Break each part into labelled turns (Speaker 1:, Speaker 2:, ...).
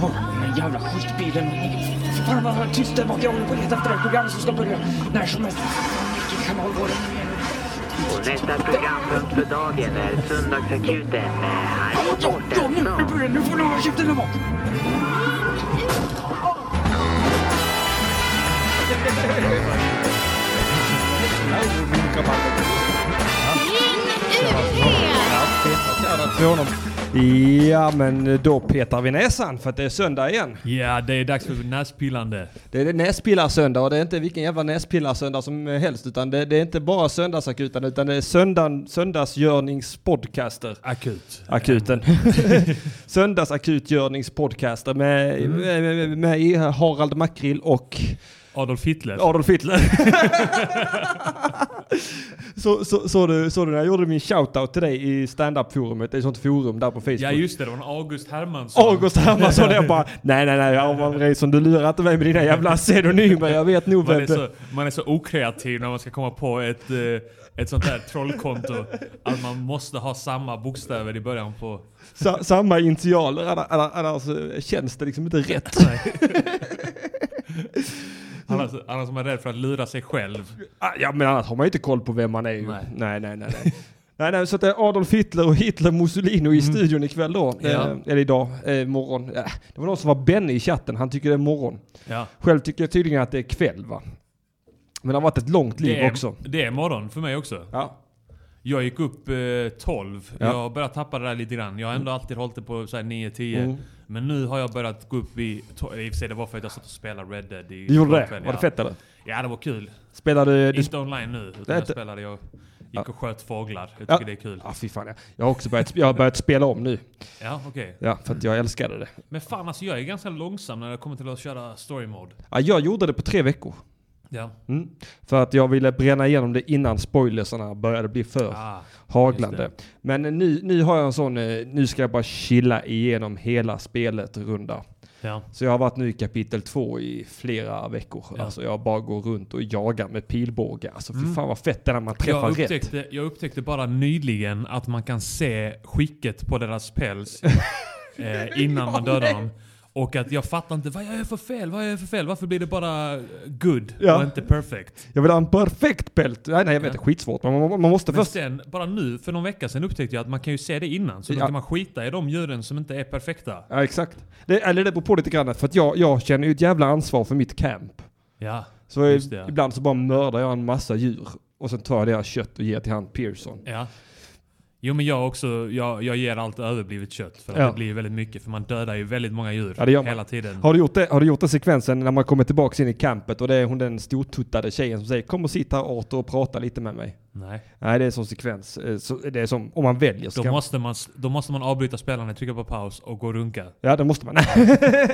Speaker 1: Åh, den jävla skitbilen. Fy Fan vad vad tyst där bak. Jag håller på att leta efter ett program som ska börja när som helst. Vilken kanal var det?
Speaker 2: Och nästa programpunkt för dagen är Söndagsakuten med Harry
Speaker 1: Ja, ja, nu, nu
Speaker 2: Mårtensson.
Speaker 1: börjar det. Nu får du hålla käften där bak.
Speaker 3: Till honom. Ja, men då petar vi näsan för att det är söndag igen.
Speaker 4: Ja, det är dags för näspillande.
Speaker 3: Det är det näspillarsöndag och det är inte vilken jävla näspillarsöndag som helst utan det, det är inte bara söndagsakuten utan det är söndag, söndagsgörningspodcaster.
Speaker 4: Akut.
Speaker 3: Akuten. Söndagsakutgörningspodcaster med, med, med, med i Harald Makrill och
Speaker 4: Adolf Hitler.
Speaker 3: Adolf Hitler. så, så, så, du, så du när jag gjorde min shoutout till dig i standup-forumet? Det är ett sånt forum där på Facebook.
Speaker 4: Ja, just det. Det var en August Hermansson.
Speaker 3: August Hermansson, jag bara nej nej nej Arman Reisson du lurar inte mig med dina jävla pseudonymer, jag vet nog
Speaker 4: Man
Speaker 3: vem
Speaker 4: är,
Speaker 3: det
Speaker 4: så, man är så okreativ när man ska komma på ett, eh, ett sånt där trollkonto. Att man måste ha samma bokstäver i början på...
Speaker 3: sa, Samma initialer, anna- anna- annars eh, känns det liksom inte rätt.
Speaker 4: Annars, annars är man rädd för att lura sig själv.
Speaker 3: Ah, Ja men annars har man ju inte koll på vem man är ju. Nej nej
Speaker 4: Nej.
Speaker 3: nej. nej, Mm. nej. Nej, nej, så att det är Adolf Hitler och Hitler Mussolini i studion ikväll då. Eh,
Speaker 4: Ja.
Speaker 3: eller idag, eh, morgon. Eh, det var någon som var Benny i chatten, han tycker det är morgon.
Speaker 4: Ja.
Speaker 3: Själv tycker jag tydligen att det är kväll va. Men det har varit ett långt liv
Speaker 4: Det är,
Speaker 3: också.
Speaker 4: det är morgon för mig också.
Speaker 3: Ja.
Speaker 4: Jag gick upp eh, 12.
Speaker 3: Ja.
Speaker 4: Jag började tappa det där lite grann. Jag har ändå alltid hållit det på så här 9-10.
Speaker 3: Mm.
Speaker 4: Men nu har jag börjat gå upp i... to- I och för sig det var för att jag satt och spelade Red Dead i
Speaker 3: Du gjorde det?
Speaker 4: kväll,
Speaker 3: Var det
Speaker 4: ja.
Speaker 3: fett eller?
Speaker 4: Ja, det var kul.
Speaker 3: Spelade du...
Speaker 4: Inte online nu,
Speaker 3: Det är
Speaker 4: utan jag
Speaker 3: inte-
Speaker 4: spelade. Jag
Speaker 3: Ja.
Speaker 4: gick och sköt fåglar. Jag tycker
Speaker 3: Ja.
Speaker 4: det är kul.
Speaker 3: Ah, fy fan, jag- jag har också börjat, jag har börjat spela om nu.
Speaker 4: Ja, okej.
Speaker 3: Ja, för att jag älskade det.
Speaker 4: Men fan alltså, jag är ganska långsam när det kommer till att köra story mode.
Speaker 3: Ja, jag gjorde det på tre veckor.
Speaker 4: Ja.
Speaker 3: Mm. För att jag ville bränna igenom det innan spoilersarna började bli för
Speaker 4: Ah,
Speaker 3: haglande.
Speaker 4: just
Speaker 3: Men eh, nu, nu har jag en sån, eh, nu ska jag bara chilla igenom hela spelet runda.
Speaker 4: ja.
Speaker 3: Så jag har varit nu i kapitel två i flera veckor.
Speaker 4: Ja. Mm.
Speaker 3: Alltså jag bara går runt och jagar med pilbåge. Alltså fy fan vad fett det är när man träffar
Speaker 4: Jag
Speaker 3: rätt.
Speaker 4: upptäckte, jag upptäckte bara nyligen att man kan se skicket på deras päls eh, innan man dödar dem. Och att jag fattar inte vad jag gör för fel, vad jag gör för fel. Varför blir det bara good
Speaker 3: Ja.
Speaker 4: och inte perfect?
Speaker 3: Jag vill ha en perfekt pält. Nej, nej jag vet,
Speaker 4: Ja.
Speaker 3: skitsvårt. Man, man, man måste
Speaker 4: Men
Speaker 3: först...
Speaker 4: sen, bara nu, för någon vecka sedan upptäckte jag att man kan ju se det innan. Så då
Speaker 3: Ja.
Speaker 4: kan man skita i de djuren som inte är perfekta.
Speaker 3: Ja exakt. Det, eller det beror på lite grann. För att jag, jag känner ju ett jävla ansvar för mitt camp.
Speaker 4: Ja,
Speaker 3: Så
Speaker 4: Just det, ja.
Speaker 3: ibland så bara mördar jag en massa djur. Och sen tar jag deras kött och ger till han Pearson.
Speaker 4: ja. Jo men jag också, jag, jag ger allt överblivet kött. För att
Speaker 3: Ja.
Speaker 4: det blir väldigt mycket, för man dödar ju väldigt många djur
Speaker 3: Ja, det gör man.
Speaker 4: hela tiden.
Speaker 3: Har du, gjort det, har du gjort den sekvensen när man kommer tillbaka in i campet och det är hon den stortuttade tjejen som säger kom och sitt här Arthur och prata lite med mig.
Speaker 4: Nej.
Speaker 3: Nej det är en sån sekvens. Eh, Så det är som om man väljer. Så
Speaker 4: Då
Speaker 3: kan,
Speaker 4: måste, man, då måste man avbryta spelarna, trycka på paus och gå och runka.
Speaker 3: Ja det måste man.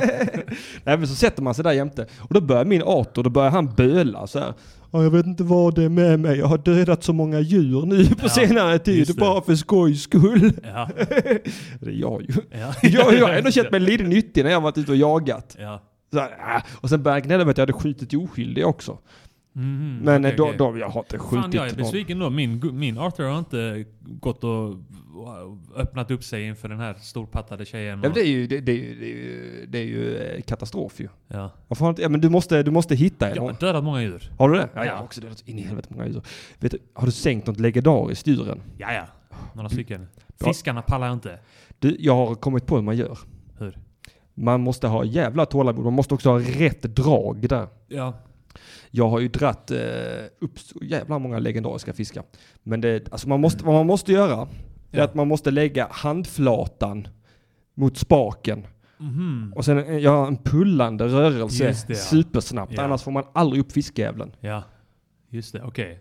Speaker 3: Nej men så sätter man sig där jämte. Och då börjar min Arthur, då börjar han böla så här. "Ja, Jag vet inte vad det är med mig. Jag har dödat så många djur nu på
Speaker 4: Ja,
Speaker 3: senare
Speaker 4: just
Speaker 3: tid
Speaker 4: det.
Speaker 3: bara för skojs skull.
Speaker 4: Ja.
Speaker 3: Det är jag ju.
Speaker 4: Ja.
Speaker 3: Jag, jag har ändå känt mig lite nyttig när jag har varit ute och jagat.
Speaker 4: Ja.
Speaker 3: Så här, äh. och sen började jag gnälla med att jag hade skjutit oskyldiga också.
Speaker 4: Mhm,
Speaker 3: Men eh,
Speaker 4: okej,
Speaker 3: då,
Speaker 4: okej.
Speaker 3: då, jag har inte
Speaker 4: Fan, jag är
Speaker 3: skjutit någon.
Speaker 4: besviken då. Min, gu- min Arthur har inte gått och öppnat upp sig inför den här storpattade tjejen.
Speaker 3: Ja,
Speaker 4: Och,
Speaker 3: men det, är ju, det, det, är ju, det, är ju, det är ju eh, katastrof ju.
Speaker 4: ja.
Speaker 3: Varför har inte, ja, men du, måste, du måste hitta en.
Speaker 4: Jag har dödat många djur.
Speaker 3: Har du det? Ja, jag har
Speaker 4: Ja.
Speaker 3: också dödat in i helvete många djur. Vet du, har du sänkt något legendariskt djuren?
Speaker 4: Ja, ja. Några stycken. Fiskarna pallar jag inte.
Speaker 3: Du, jag har kommit på hur man gör.
Speaker 4: Hur?
Speaker 3: Man måste ha jävla tålamod, man måste också ha rätt drag där.
Speaker 4: Ja.
Speaker 3: Jag har ju dratt eh, upp så jävla många legendariska fiskar. Men det, alltså man måste, vad man måste göra, det är
Speaker 4: Ja.
Speaker 3: att man måste lägga handflatan mot spaken.
Speaker 4: Mhm.
Speaker 3: Och sen eh, göra en pullande rörelse
Speaker 4: Just det, ja.
Speaker 3: supersnabbt.
Speaker 4: Ja.
Speaker 3: Annars får man aldrig upp fiskjävlen.
Speaker 4: Ja. Just det, okej.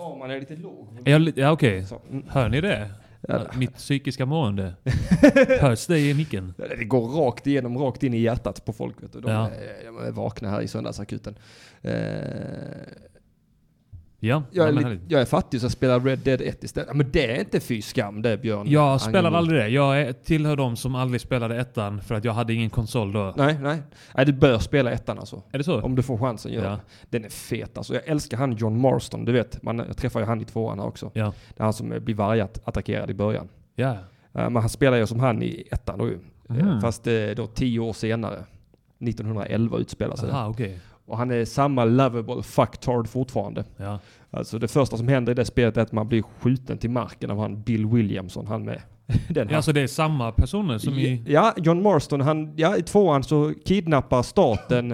Speaker 3: Eh, man är lite låg.
Speaker 4: Är jag li- Ja, okej.
Speaker 3: Så, mm.
Speaker 4: Hör ni det?
Speaker 3: Ja, det-
Speaker 4: Mitt psykiska mående. Hörs det i micken?
Speaker 3: Det går rakt igenom, rakt in i hjärtat på folk. Vet du. De,
Speaker 4: Ja.
Speaker 3: är, de är vakna här i söndagsakuten. Eh,
Speaker 4: Ja,
Speaker 3: jag,
Speaker 4: nej,
Speaker 3: är
Speaker 4: men
Speaker 3: lite,
Speaker 4: härligt.
Speaker 3: jag är fattig så jag spelar Red Dead 1 istället. Ja, Men det är inte fy skam det Björn.
Speaker 4: Jag spelade
Speaker 3: Angelmo.
Speaker 4: aldrig det. Jag är, tillhör de som aldrig spelade ettan för att jag hade ingen konsol då.
Speaker 3: Nej, nej. Nej, du bör spela ettan alltså.
Speaker 4: Är det så?
Speaker 3: Om du får chansen, gör
Speaker 4: Ja.
Speaker 3: det. Den är fet alltså. Jag älskar han John Marston, du vet. Man, jag träffar ju han i tvåan här också.
Speaker 4: Ja.
Speaker 3: Det är han som eh, blir vargat attackerad i början.
Speaker 4: Ja.
Speaker 3: Eh, Men han spelar ju som han i ettan då ju. Eh, Fast eh, då tio år senare. 1911 utspelar sig det.
Speaker 4: Aha, Ah, okej.
Speaker 3: Och han är samma lovable fucktard fortfarande.
Speaker 4: Ja.
Speaker 3: Alltså det första som händer i det spelet är att man blir skjuten till marken av han Bill Williamson, han med den
Speaker 4: Ja, alltså det är samma personer som i...
Speaker 3: Ja, John Marston, han, ja, i tvåan så kidnappar staten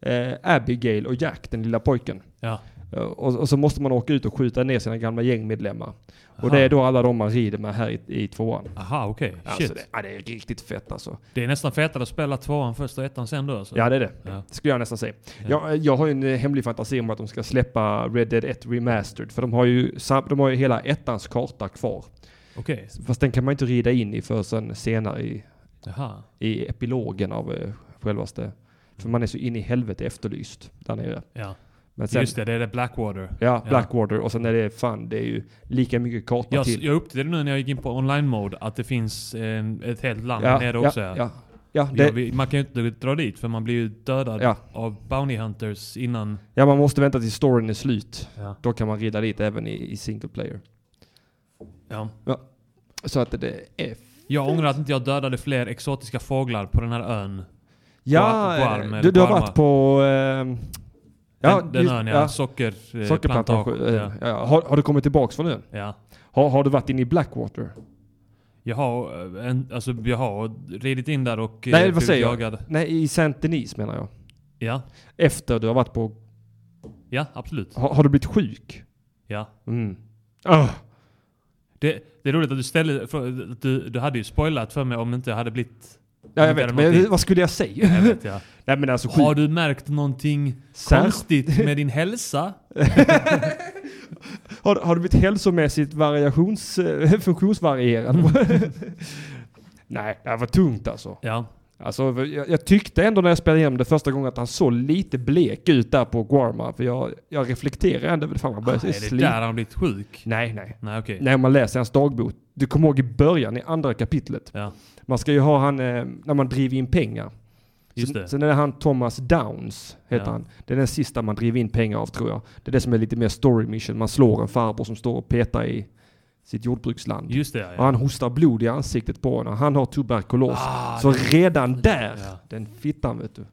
Speaker 3: eh, Abigail och Jack, den lilla pojken.
Speaker 4: Ja.
Speaker 3: Eh, Och, och så måste man åka ut och skjuta ner sina gamla gängmedlemmar. Och
Speaker 4: Aha.
Speaker 3: det är då alla de man rider med här i, i tvåan.
Speaker 4: Aha, okej. Shit.
Speaker 3: Alltså det, ja, det är riktigt fett alltså.
Speaker 4: Det är nästan fetare att spela tvåan först och ettan sen då alltså.
Speaker 3: Ja det är det.
Speaker 4: Ja.
Speaker 3: Skulle jag nästan säga. Jag, jag har ju en eh, hemlig fantasi om att de ska släppa Red Dead 1 Remastered. För de har ju, sam- de har ju hela ettans karta kvar.
Speaker 4: Okej.
Speaker 3: Fast den kan man ju inte rida in i förrän senare i,
Speaker 4: Jaha.
Speaker 3: i epilogen av eh, självaste. För man är så in i helvete efterlyst där nere.
Speaker 4: Ja.
Speaker 3: Men sen,
Speaker 4: Just det, det är det Blackwater.
Speaker 3: Ja, Blackwater och sen är det fan, det är ju lika mycket karta
Speaker 4: Jag,
Speaker 3: till.
Speaker 4: jag upptäckte nu när jag gick in på online-mode att det finns en, ett helt land
Speaker 3: ja,
Speaker 4: där nere
Speaker 3: ja,
Speaker 4: också.
Speaker 3: ja, ja,
Speaker 4: Ja,
Speaker 3: det,
Speaker 4: vi, man kan ju inte dra dit för man blir ju dödad
Speaker 3: Ja.
Speaker 4: av Bounty Hunters innan...
Speaker 3: ja, man måste vänta tills storyn är slut.
Speaker 4: Ja.
Speaker 3: Då kan man rida dit även i, i single player.
Speaker 4: Ja.
Speaker 3: Så att det är...
Speaker 4: Jag ångrar att inte jag dödade fler exotiska fåglar på den här ön.
Speaker 3: Ja, eh,
Speaker 4: Guam eller
Speaker 3: du, du har
Speaker 4: Guarma.
Speaker 3: varit på... ehm,
Speaker 4: den den ön ja, socker... eh,
Speaker 3: Sockerplantage.
Speaker 4: plantage, Ja.
Speaker 3: eh, Ja. Har, har du kommit tillbaks från ön?
Speaker 4: ja.
Speaker 3: Har, har du varit inne i Blackwater?
Speaker 4: Jag har, eh, en, alltså, jag har ridit in där och
Speaker 3: Nej,
Speaker 4: eh,
Speaker 3: vad
Speaker 4: blivit
Speaker 3: säger jag?
Speaker 4: jagad.
Speaker 3: Nej, i Saint Denis menar jag.
Speaker 4: Ja,
Speaker 3: Efter du har varit på...
Speaker 4: ja absolut.
Speaker 3: Har, har du blivit sjuk?
Speaker 4: Ja.
Speaker 3: Mm. Ah,
Speaker 4: Det, det är roligt att du ställde... för- att Du, du hade ju spoilat för mig om det inte hade blivit...
Speaker 3: ja, jag
Speaker 4: Inte
Speaker 3: vet.
Speaker 4: hade något
Speaker 3: Men
Speaker 4: i-
Speaker 3: vad skulle jag säga?
Speaker 4: Jag vet, ja.
Speaker 3: Nej men alltså
Speaker 4: Har
Speaker 3: sjuk...
Speaker 4: du märkt någonting
Speaker 3: Sär-
Speaker 4: konstigt med din hälsa?
Speaker 3: Har, har du blivit hälsomässigt variations... eh, funktionsvarierad? Nej, det här var tungt alltså.
Speaker 4: Ja.
Speaker 3: Alltså, jag, jag tyckte ändå när jag spelade igenom det första gången att han såg lite blek ut där på Guarma. För jag, jag reflekterar ändå. Fan, man börjar
Speaker 4: Ah, är det
Speaker 3: sli-
Speaker 4: där han har blivit sjuk?
Speaker 3: Nej, nej.
Speaker 4: Nej, okej.
Speaker 3: När man läser hans dagbok. Du kommer ihåg i början, i andra kapitlet.
Speaker 4: Ja,
Speaker 3: Man ska ju ha han, eh, när man driver in pengar.
Speaker 4: just
Speaker 3: sen,
Speaker 4: det.
Speaker 3: sen är det han Thomas Downs, heter
Speaker 4: Ja.
Speaker 3: han. Det är den sista man driver in pengar av tror jag. Det är det som är lite mer story mission. Man slår en farbror som står och petar i sitt jordbruksland.
Speaker 4: Just det, ja.
Speaker 3: Och
Speaker 4: ja.
Speaker 3: han hostar blod i ansiktet på honom. Han har tuberkulos.
Speaker 4: Ah,
Speaker 3: så redan där,
Speaker 4: Ja.
Speaker 3: den fittan vet du.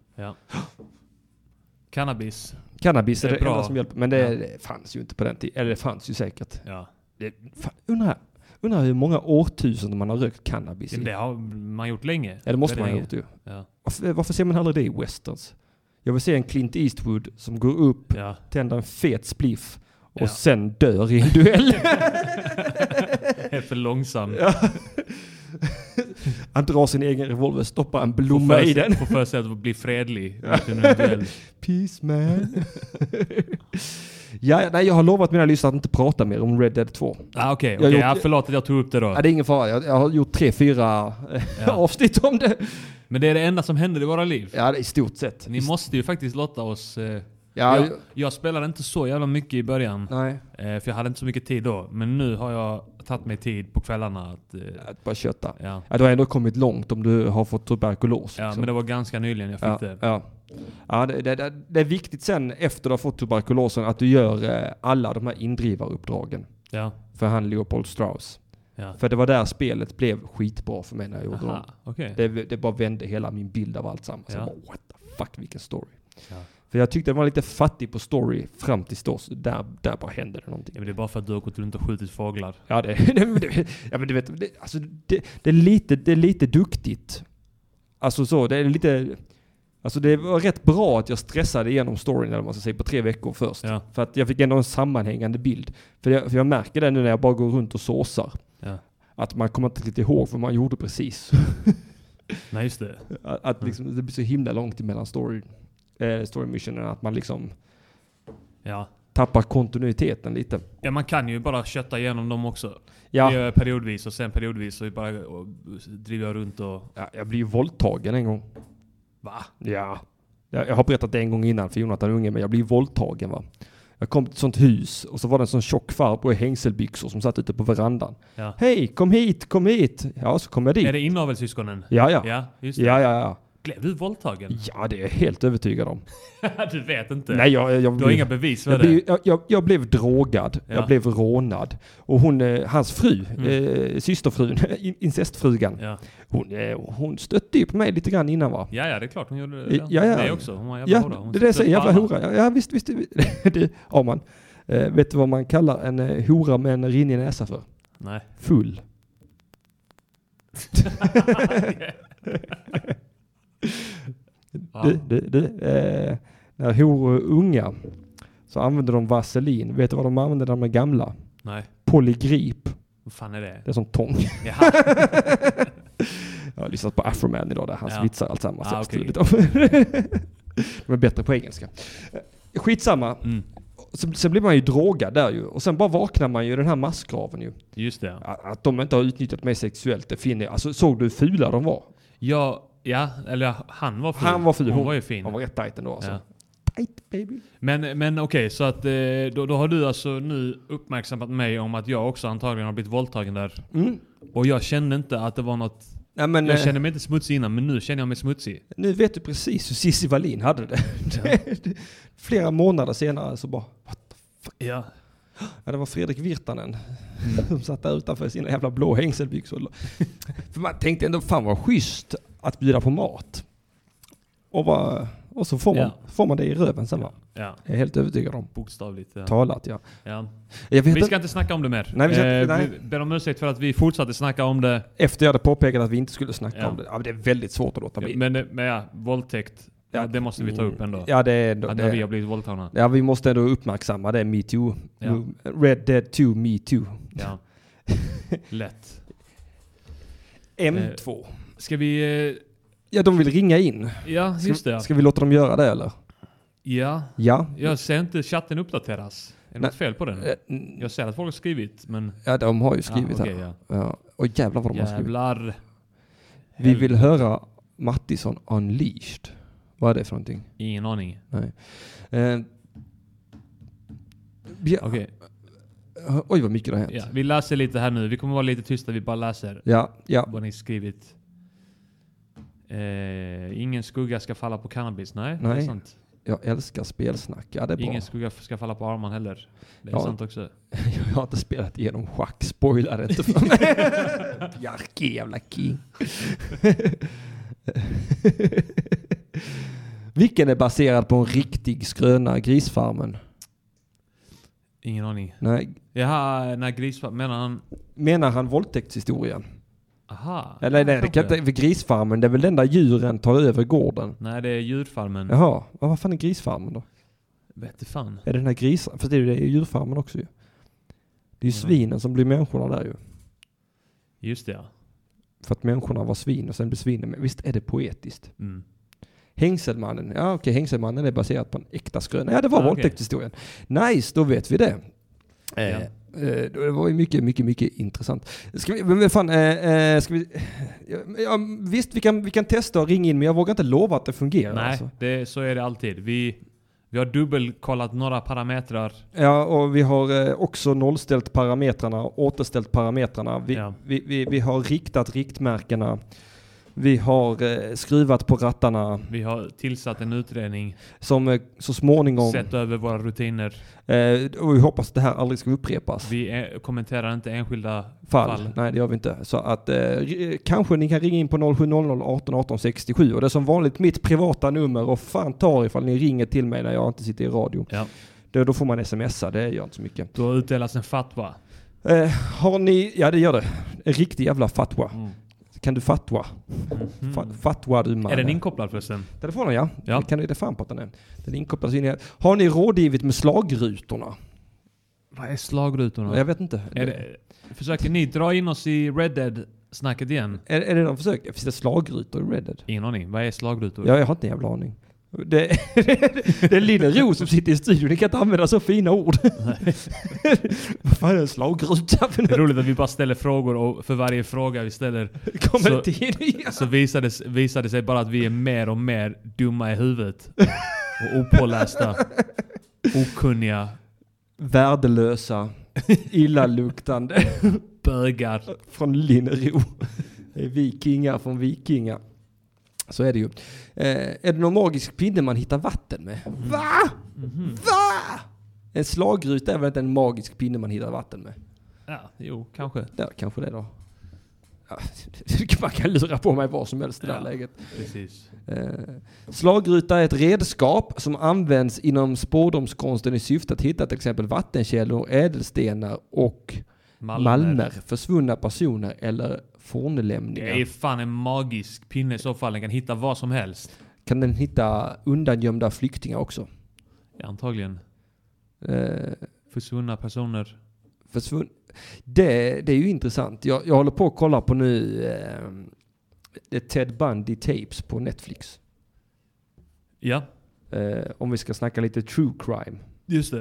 Speaker 4: Cannabis.
Speaker 3: Cannabis är
Speaker 4: Det
Speaker 3: det,
Speaker 4: är bra.
Speaker 3: enda som hjälper. Men det, det fanns ju inte på den tiden. Eller det fanns ju säkert.
Speaker 4: Ja.
Speaker 3: Det, fan, undrar, undrar hur många årtusenden man har rökt cannabis i.
Speaker 4: Det har man gjort länge.
Speaker 3: Ja, det måste
Speaker 4: Väldigt
Speaker 3: man ha
Speaker 4: länge.
Speaker 3: gjort ju.
Speaker 4: Ja.
Speaker 3: Varför, varför ser man aldrig det i westerns? Jag vill se en Clint Eastwood som går upp,
Speaker 4: Ja.
Speaker 3: tänder en fet spliff och
Speaker 4: Ja.
Speaker 3: sen dör i en duell.
Speaker 4: Det är för långsam.
Speaker 3: Han drar sin egen revolver, stoppar en
Speaker 4: Får
Speaker 3: blomma
Speaker 4: för
Speaker 3: i
Speaker 4: sig-
Speaker 3: den.
Speaker 4: Får för sig att bli fredlig. mitt under en duell.
Speaker 3: Peace man. ja, nej, jag har lovat mina lyssnare att inte prata mer om Red Dead 2.
Speaker 4: Ah, Okej,
Speaker 3: Jag
Speaker 4: okej.
Speaker 3: gjort-
Speaker 4: ja, förlåt att jag tog upp det då.
Speaker 3: Ja, det är ingen fara, jag, jag har gjort tre, fyra eh,
Speaker 4: Ja.
Speaker 3: avsnitt om det.
Speaker 4: Men det är det enda som händer i våra liv.
Speaker 3: Ja, det är i stort sett.
Speaker 4: Ni måste ju faktiskt låta oss... Eh,
Speaker 3: Ja,
Speaker 4: jag, jag spelade inte så jävla mycket i början.
Speaker 3: Nej,
Speaker 4: Eh, för jag hade inte så mycket tid då. Men nu har jag tagit mig tid på kvällarna att... Eh,
Speaker 3: att bara kötta.
Speaker 4: ja.
Speaker 3: Ja, du har ändå kommit långt om du har fått tuberkulos.
Speaker 4: ja,
Speaker 3: liksom.
Speaker 4: men det var ganska nyligen jag fick
Speaker 3: Ja,
Speaker 4: det.
Speaker 3: ja. ja det, det, det- det är viktigt sen efter du har fått tuberkulosen att du gör eh, alla de här indrivaruppdragen
Speaker 4: Ja.
Speaker 3: för han Leopold Strauss.
Speaker 4: Ja.
Speaker 3: För det var där spelet blev skitbra för mig när jag gjorde dem.
Speaker 4: Aha, okej.
Speaker 3: Det, det bara vände hela min bild av allt samman. Så
Speaker 4: Ja.
Speaker 3: jag bara, what the fuck vilken story.
Speaker 4: Ja.
Speaker 3: För jag tyckte den var lite fattig på story fram tills då. så Där, där bara hände det någonting.
Speaker 4: Ja, men det är bara för att du har gått runt och skjutit fåglar.
Speaker 3: Ja, det, det, det, ja men du vet, det, alltså, det, det, är lite, det är lite duktigt. Alltså så, det är lite... Alltså det var rätt bra att jag stressade igenom storyn, eller vad man ska säga, på tre veckor först.
Speaker 4: Ja.
Speaker 3: För att jag fick ändå en sammanhängande bild. För jag, för jag märker det nu när jag bara går runt och såsar.
Speaker 4: Ja.
Speaker 3: Att man kommer inte riktigt ihåg vad man gjorde precis.
Speaker 4: Nej, just det.
Speaker 3: Att,
Speaker 4: Mm.
Speaker 3: att liksom, det blir så himla långt emellan story, eh, story missionen att man liksom
Speaker 4: Ja.
Speaker 3: tappar kontinuiteten lite.
Speaker 4: ja, man kan ju bara kötta igenom dem också.
Speaker 3: Ja,
Speaker 4: Det gör jag periodvis och sen periodvis så bara och, driver jag runt och...
Speaker 3: ja, jag blir ju våldtagen en gång.
Speaker 4: Va?
Speaker 3: Ja. Jag, jag har berättat det en gång innan för Jonathan Unge, men jag blev våldtagen va. Jag kom till ett sånt hus och så var det en sån tjock farbror i hängselbyxor som satt ute på verandan.
Speaker 4: Ja.
Speaker 3: Hej, kom hit, kom hit! Ja, så kom jag dit.
Speaker 4: Är det inavelssyskonen?
Speaker 3: Ja, ja.
Speaker 4: Ja, just det.
Speaker 3: Ja, ja, ja.
Speaker 4: Blev du våldtagen?
Speaker 3: Ja, det är jag helt övertygad om.
Speaker 4: du vet inte.
Speaker 3: Nej, jag, jag,
Speaker 4: du har
Speaker 3: blev,
Speaker 4: inga bevis för
Speaker 3: jag,
Speaker 4: det?
Speaker 3: blev, jag, jag, jag blev drogad.
Speaker 4: Ja. Mm.
Speaker 3: Jag blev rånad. Och hon, eh, hans fru, eh, systerfrun, in- incestfrugan,
Speaker 4: Ja.
Speaker 3: hon, eh, hon stötte ju på mig lite grann innan va?
Speaker 4: ja, ja, det är klart hon gjorde det.
Speaker 3: Ja, ja.
Speaker 4: Det också. Hon var en jävla hora.
Speaker 3: Ja,
Speaker 4: Hon
Speaker 3: det där
Speaker 4: satte
Speaker 3: säger jävla
Speaker 4: pallar.
Speaker 3: hora. Ja, Ja, visst, visst. Det har man. Eh, vet du vad man kallar en eh, hora med en rinnig näsa för?
Speaker 4: Nej.
Speaker 3: Full.
Speaker 4: Ja.
Speaker 3: Du, du, du. Eh, när horor är unga så använder de vaselin. Vet du vad de använder när de är gamla?
Speaker 4: Nej.
Speaker 3: Polygrip.
Speaker 4: Vad fan är det?
Speaker 3: Det är som tång.
Speaker 4: Jaha.
Speaker 3: Jag har lyssnat på Afroman idag där hans
Speaker 4: Ja.
Speaker 3: vitsar alltsammans.
Speaker 4: Ah,
Speaker 3: Ah,
Speaker 4: okej.
Speaker 3: de är bättre på engelska. Eh, Skitsamma.
Speaker 4: Mm.
Speaker 3: Sen, sen blir man ju drogad där ju. Och sen bara vaknar man ju i den här massgraven ju.
Speaker 4: Just det.
Speaker 3: Att, att de inte har utnyttjat mig sexuellt, det finner jag. Alltså såg du hur fula de var?
Speaker 4: Ja, ja, eller ja, han var fin.
Speaker 3: Han var ful.
Speaker 4: Hon var ju fin.
Speaker 3: De var rätt tajt ändå alltså.
Speaker 4: Ja.
Speaker 3: Tight baby.
Speaker 4: Men, men okej, så att eh, då, då har du alltså nu uppmärksammat mig om att jag också antagligen har blivit våldtagen där.
Speaker 3: Mm.
Speaker 4: Och jag kände inte att det var något...
Speaker 3: Nej, men,
Speaker 4: Jag
Speaker 3: eh,
Speaker 4: kände mig inte smutsig innan, men nu känner jag mig smutsig.
Speaker 3: Nu vet du precis hur Cissi Wallin hade det. Det- Flera månader senare så bara,
Speaker 4: Ja.
Speaker 3: ja, det var Fredrik Virtanen
Speaker 4: Mm.
Speaker 3: som satt där utanför sina jävla blå hängselbyxor. För man tänkte ändå, fan vad schysst att bjuda på mat. Och, bara, och så får man,
Speaker 4: Ja.
Speaker 3: får man det i röven sen va?
Speaker 4: Ja,
Speaker 3: Jag är helt övertygad om.
Speaker 4: bokstavligt. Ja.
Speaker 3: Talat ja.
Speaker 4: Ja.
Speaker 3: Jag vet
Speaker 4: Vi ska
Speaker 3: inte,
Speaker 4: inte snacka om det mer. Eh,
Speaker 3: Nej, vi ska inte-
Speaker 4: vi ber om ursäkt för att vi fortsatte snacka om det.
Speaker 3: efter jag hade påpekat att vi inte skulle snacka
Speaker 4: Ja.
Speaker 3: om det. Ja, men det är väldigt svårt att låta bli.
Speaker 4: Men, men ja, våldtäkt.
Speaker 3: Ja.
Speaker 4: Det måste vi ta upp ändå.
Speaker 3: Ja, eh. det är ändå,
Speaker 4: Att
Speaker 3: det,
Speaker 4: när vi har blivit våldtagna.
Speaker 3: Ja, vi måste ändå uppmärksamma det. Me too.
Speaker 4: Ja.
Speaker 3: Red Dead 2, Me too.
Speaker 4: Ja. Lätt. Eh.
Speaker 3: M2.
Speaker 4: Ska vi... eh,
Speaker 3: Ja, de vill ringa in.
Speaker 4: Ja, just det. ja.
Speaker 3: Ska vi låta dem göra det eller?
Speaker 4: Ja.
Speaker 3: Ja.
Speaker 4: Jag ser inte chatten uppdateras. Är det
Speaker 3: Nej.
Speaker 4: något fel på den?
Speaker 3: Eh, mm,
Speaker 4: Jag ser att folk har skrivit, men...
Speaker 3: Ja, de har ju skrivit
Speaker 4: ja, Ah, okej,
Speaker 3: här.
Speaker 4: ja.
Speaker 3: Ja. Och jävlar vad de har skrivit.
Speaker 4: Jävlar.
Speaker 3: Vi vill höra Mattisson Unleashed. Vad är det för någonting?
Speaker 4: Ingen aning.
Speaker 3: Nej. Eh, ja,
Speaker 4: Okej,
Speaker 3: Oj, vad mycket det har hänt.
Speaker 4: ja. Vi läser lite här nu. Vi kommer vara lite tysta, vi bara läser
Speaker 3: Ja, ja.
Speaker 4: vad ni skrivit. Eh, ingen skugga ska falla på cannabis. Nej, det är
Speaker 3: Nej.
Speaker 4: sant.
Speaker 3: Jag älskar spelsnack. Ja, det är bra.
Speaker 4: Ingen skugga ska falla på Arman heller. Det är
Speaker 3: Ja.
Speaker 4: sant också.
Speaker 3: Jag har inte spelat igenom schack, spoila det inte för mig. Jarki, jävla king. Vilken är baserad på en riktig skröna, Grisfarmen?
Speaker 4: Ingen aning.
Speaker 3: Nej,
Speaker 4: Jaha, när grisfarmen... Menar han...
Speaker 3: menar han våldtäktshistorien?
Speaker 4: Aha.
Speaker 3: Eller nej, det
Speaker 4: kanske.
Speaker 3: kan inte, för Grisfarmen, det är väl den där djuren tar över gården?
Speaker 4: Nej, det är djurfarmen.
Speaker 3: Jaha, ja, vad fan är Grisfarmen då?
Speaker 4: Vet du fan.
Speaker 3: Är det den här gris... För det är ju djurfarmen också ju. Det är ju
Speaker 4: Mm.
Speaker 3: svinen som blir människorna där ju.
Speaker 4: Just det ja.
Speaker 3: För att människorna var svin och sen blev svinen. Men visst är det poetiskt?
Speaker 4: Mm.
Speaker 3: Hängselmannen, ja okej, Hängselmannen är baserat på en äkta skröna. Ja, det var
Speaker 4: Ah, okej.
Speaker 3: våldtäktshistorien. Nice, då vet vi det. Eh,
Speaker 4: Ja.
Speaker 3: eh, Det var ju mycket, mycket, mycket intressant. Ska vi, men vad fan, eh, eh, ska vi, ja, visst, vi kan, vi kan testa och ringa in, men jag vågar inte lova att det fungerar.
Speaker 4: Nej,
Speaker 3: Alltså.
Speaker 4: det, så är det alltid. Vi, vi har dubbelkollat några parametrar.
Speaker 3: Ja, och vi har eh, också nollställt parametrarna, återställt parametrarna. Vi,
Speaker 4: Ja.
Speaker 3: vi, vi, vi har riktat riktmärkena. Vi har eh, skruvat på rattarna
Speaker 4: Vi har tillsatt en utredning,
Speaker 3: som eh, så småningom...
Speaker 4: sett över våra rutiner.
Speaker 3: Eh, och vi hoppas att det här aldrig ska upprepas.
Speaker 4: Vi eh, kommenterar inte enskilda
Speaker 3: fall.
Speaker 4: fall.
Speaker 3: Nej, det gör vi inte. Så att eh, ri- kanske ni kan ringa in på 0700 18 18 67 och det är som vanligt mitt privata nummer och fan tar ifall ni ringer till mig när jag inte sitter i radio.
Speaker 4: Ja.
Speaker 3: Då, då får man smsa, det gör inte så mycket.
Speaker 4: Då utdelas en fatwa.
Speaker 3: Eh, har ni, ja det gör det. En riktig jävla fatwa.
Speaker 4: Mm.
Speaker 3: Kan du fatwa?
Speaker 4: Mhm.
Speaker 3: Fa, fatwa du man.
Speaker 4: Är den inkopplad förresten?
Speaker 3: Telefonen ja.
Speaker 4: Ja.
Speaker 3: Det kan du ge dig fan på att den är. Den inkopplas in i... Har ni rådgivit med slagrutorna?
Speaker 4: Vad är slagrutorna?
Speaker 3: Jag vet inte.
Speaker 4: Mm. Är det, försöker ni dra in oss i Red Dead-snacket igen?
Speaker 3: är, är det någon försök? Finns det slagrutor i Red Dead?
Speaker 4: Ingen aning. Vad är slagrutor?
Speaker 3: Ja, jag har inte en jävla aning. Det, det är Lille Ro som sitter i studion, ni kan inte använda så fina ord. Vad fan är en slagruta för
Speaker 4: Det är
Speaker 3: något?
Speaker 4: roligt att vi bara ställer frågor och för varje fråga vi ställer
Speaker 3: Kommer
Speaker 4: Så-
Speaker 3: det inte in igen?
Speaker 4: så visar det, visar det sig bara att vi är mer och mer dumma i huvudet. Och opålästa. Okunniga.
Speaker 3: Värdelösa, illaluktande
Speaker 4: Bögar.
Speaker 3: från Lille Ro. Det är vikingar från vikingar. Så är det ju. Eh, är det någon magisk pinne man hittar vatten med? Va? Va? En slagruta är väl inte en magisk pinne man hittar vatten med?
Speaker 4: Ja, jo, kanske.
Speaker 3: Ja, kanske det då. Ja, Man kan lura på mig vad som helst i det här
Speaker 4: Ja.
Speaker 3: läget.
Speaker 4: Precis.
Speaker 3: Eh, slagruta är ett redskap som används inom spårdomskonsten i syfte att hitta till exempel vattenkällor, ädelstenar och malmer, försvunna personer eller fornlämningar.
Speaker 4: Det är fan en magisk pinne i så fall. Den kan hitta vad som helst.
Speaker 3: Kan den hitta undangömda flyktingar också?
Speaker 4: Ja, antagligen.
Speaker 3: Eh,
Speaker 4: Försvunna personer.
Speaker 3: försvunn... det, det är ju intressant. Jag, jag håller på att kolla på nu eh, det är Ted Bundy Tapes på Netflix.
Speaker 4: Ja,
Speaker 3: Eh, om vi ska snacka lite true crime.
Speaker 4: just det.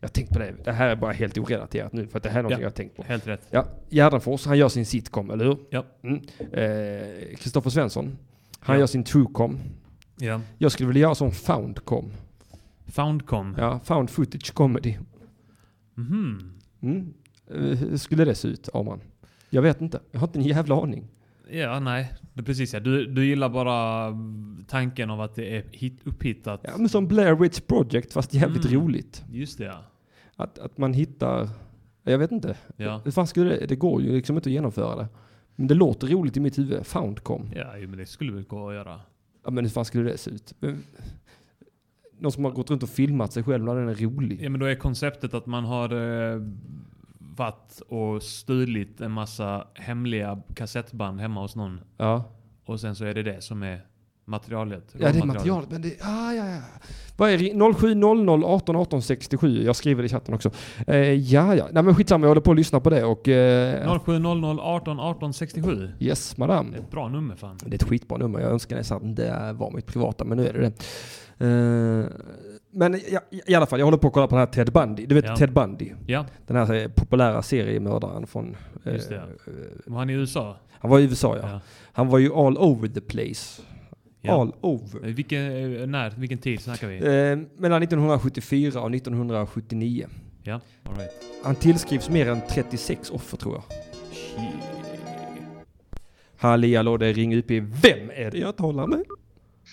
Speaker 3: Jag har tänkt på det. Det här är bara helt orelaterat nu för att det här är något
Speaker 4: Ja.
Speaker 3: jag har tänkt på.
Speaker 4: Helt rätt.
Speaker 3: Ja, Gärdenfors, han gör sin sitcom, eller hur?
Speaker 4: Ja.
Speaker 3: Mm. Kristoffer Svensson, han
Speaker 4: Ja.
Speaker 3: gör sin truecom.
Speaker 4: ja.
Speaker 3: Jag skulle vilja göra sån foundcom.
Speaker 4: Foundcom.
Speaker 3: Ja, found footage comedy.
Speaker 4: Mhm.
Speaker 3: Mm. Eh, Hur skulle det se ut, Arman? Jag vet inte. Jag har inte en jävla aning.
Speaker 4: Ja, nej. Det, precis ja. Du, du gillar bara tanken av att det är hit, upphittat.
Speaker 3: Ja, men som Blair Witch Project, fast jävligt
Speaker 4: Mm.
Speaker 3: roligt.
Speaker 4: Just det ja.
Speaker 3: Att, att man hittar... Jag vet inte.
Speaker 4: Ja,
Speaker 3: Hur fan skulle det... Det går ju liksom inte att genomföra det. Men det låter roligt i mitt huvud. Foundcom.
Speaker 4: ja jo, men det skulle väl gå att göra.
Speaker 3: Ja, men hur fan skulle det se ut? Men- Någon som har gått runt och filmat sig själv när den är rolig.
Speaker 4: Ja, men då är konceptet att man har eh, varit och stulit en massa hemliga kassettband hemma hos någon.
Speaker 3: Ja.
Speaker 4: Och sen så är det det som är materialet.
Speaker 3: Ja, det är
Speaker 4: råmaterialet.
Speaker 3: materialet. Men det, ah, ja, ja. Vad är det? 0700 18 18 67. Jag skriver det i chatten också. Eh, ja, ja. Nej, men skitsamma. Jag håller på att lyssna på det och... Eh,
Speaker 4: 0700 18 18 67.
Speaker 3: yes, madam.
Speaker 4: Ett bra nummer fan.
Speaker 3: Det är ett skitbra nummer. Jag önskar nästan att det var mitt privata, men nu är det det. Eh, men ja, i alla fall, jag håller på att kolla på den här Ted Bundy. Du vet
Speaker 4: Ja.
Speaker 3: Ted Bundy?
Speaker 4: Ja,
Speaker 3: Den här eh, populära seriemördaren från... eh,
Speaker 4: Just det, ja. var han i USA?
Speaker 3: Han var i USA, ja.
Speaker 4: Ja.
Speaker 3: Han var ju all over the place.
Speaker 4: Ja.
Speaker 3: All over.
Speaker 4: Eh, Vilken, eh, när, vilken tid snackar vi?
Speaker 3: Eh, mellan 1974 och 1979.
Speaker 4: Ja, all right.
Speaker 3: Han tillskrivs mer än 36 offer tror jag. Halli hallå, det är Ring UP. Vem är det jag talar med?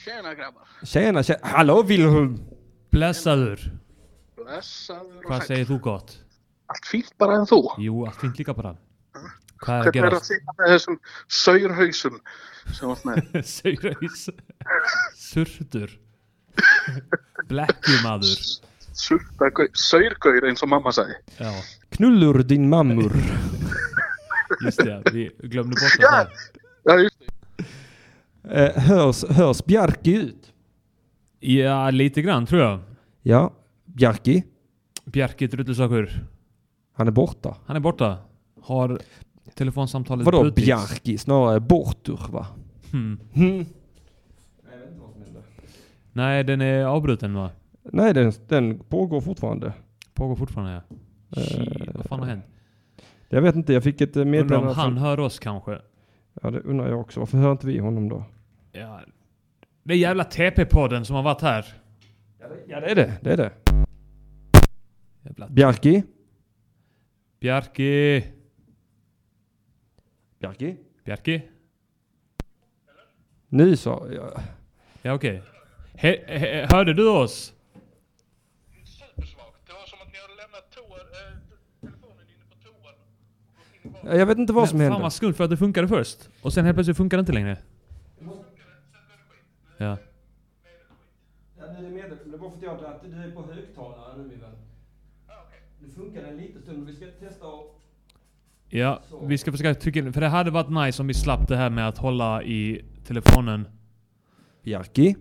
Speaker 5: Tjena grabbar!
Speaker 3: Tjena, tjena. Hallå Wilhelm!
Speaker 4: Blessaður.
Speaker 5: Blessaður og
Speaker 4: Hvað
Speaker 5: sæl.
Speaker 4: segir þú gott?
Speaker 5: Allt fínt bara en þú.
Speaker 4: Jú, allt fint líka bara. Hvað
Speaker 5: Hvernig
Speaker 4: er að
Speaker 5: er
Speaker 4: gera?
Speaker 5: að segja með þessum saurhausum sem vart með?
Speaker 4: Sauraus. Surtur. Blekkjumadur.
Speaker 5: Surtagaur- Saurgaur eins och mamma sagði.
Speaker 4: Já,
Speaker 3: Knullur din mammur.
Speaker 4: just det. Vi glömde bort det där.
Speaker 5: Já, just det.
Speaker 3: Eh, hörs, hörs Bjarki ut?
Speaker 4: Ja, lite grann tror jag.
Speaker 3: Ja, Bjarki.
Speaker 4: Bjarki Drutlusakur.
Speaker 3: Han är borta.
Speaker 4: Han är borta. Har telefonsamtalet
Speaker 3: Vadå
Speaker 4: brutits.
Speaker 3: Bjarki? Snarare bortur va?
Speaker 4: Hmm.
Speaker 3: Hmm.
Speaker 4: Nej, den är avbruten va?
Speaker 3: Nej, den, den pågår fortfarande.
Speaker 4: Pågår fortfarande ja.
Speaker 3: Eh,
Speaker 4: Shit, vad fan har hänt?
Speaker 3: Jag vet inte, jag fick ett eh,
Speaker 4: Undrar om
Speaker 3: meddelande.
Speaker 4: han
Speaker 3: från-
Speaker 4: hör oss kanske?
Speaker 3: Ja, det undrar jag också. Varför hör inte vi honom då?
Speaker 4: Ja. Det är jävla TP-podden som har varit här.
Speaker 3: Ja, det är det. Det är det.
Speaker 4: Jävla
Speaker 3: Bjarki?
Speaker 4: Bjarki.
Speaker 3: Bjarki?
Speaker 4: Bjarki?
Speaker 3: Nu sa jag.
Speaker 4: Ja okej. He- he- hörde du oss?
Speaker 6: supersvagt. Det var som att ni hade lämnat toan, eh, telefonen inne på toan.
Speaker 3: Jag vet inte vad som
Speaker 4: Men
Speaker 3: hände.
Speaker 4: Fan vad skumt för att det funkade först. Och sen helt plötsligt funkar det inte längre.
Speaker 3: Ja,
Speaker 4: Ja.
Speaker 3: nu är det medel. Det var för att jag drack. Du är på högtalare nu min vän. Nu funkar den lite stund. Vi ska testa och...
Speaker 4: Ja, vi ska försöka trycka in. För det hade varit nice om vi slapp det här med att hålla i telefonen.
Speaker 3: Bjarki?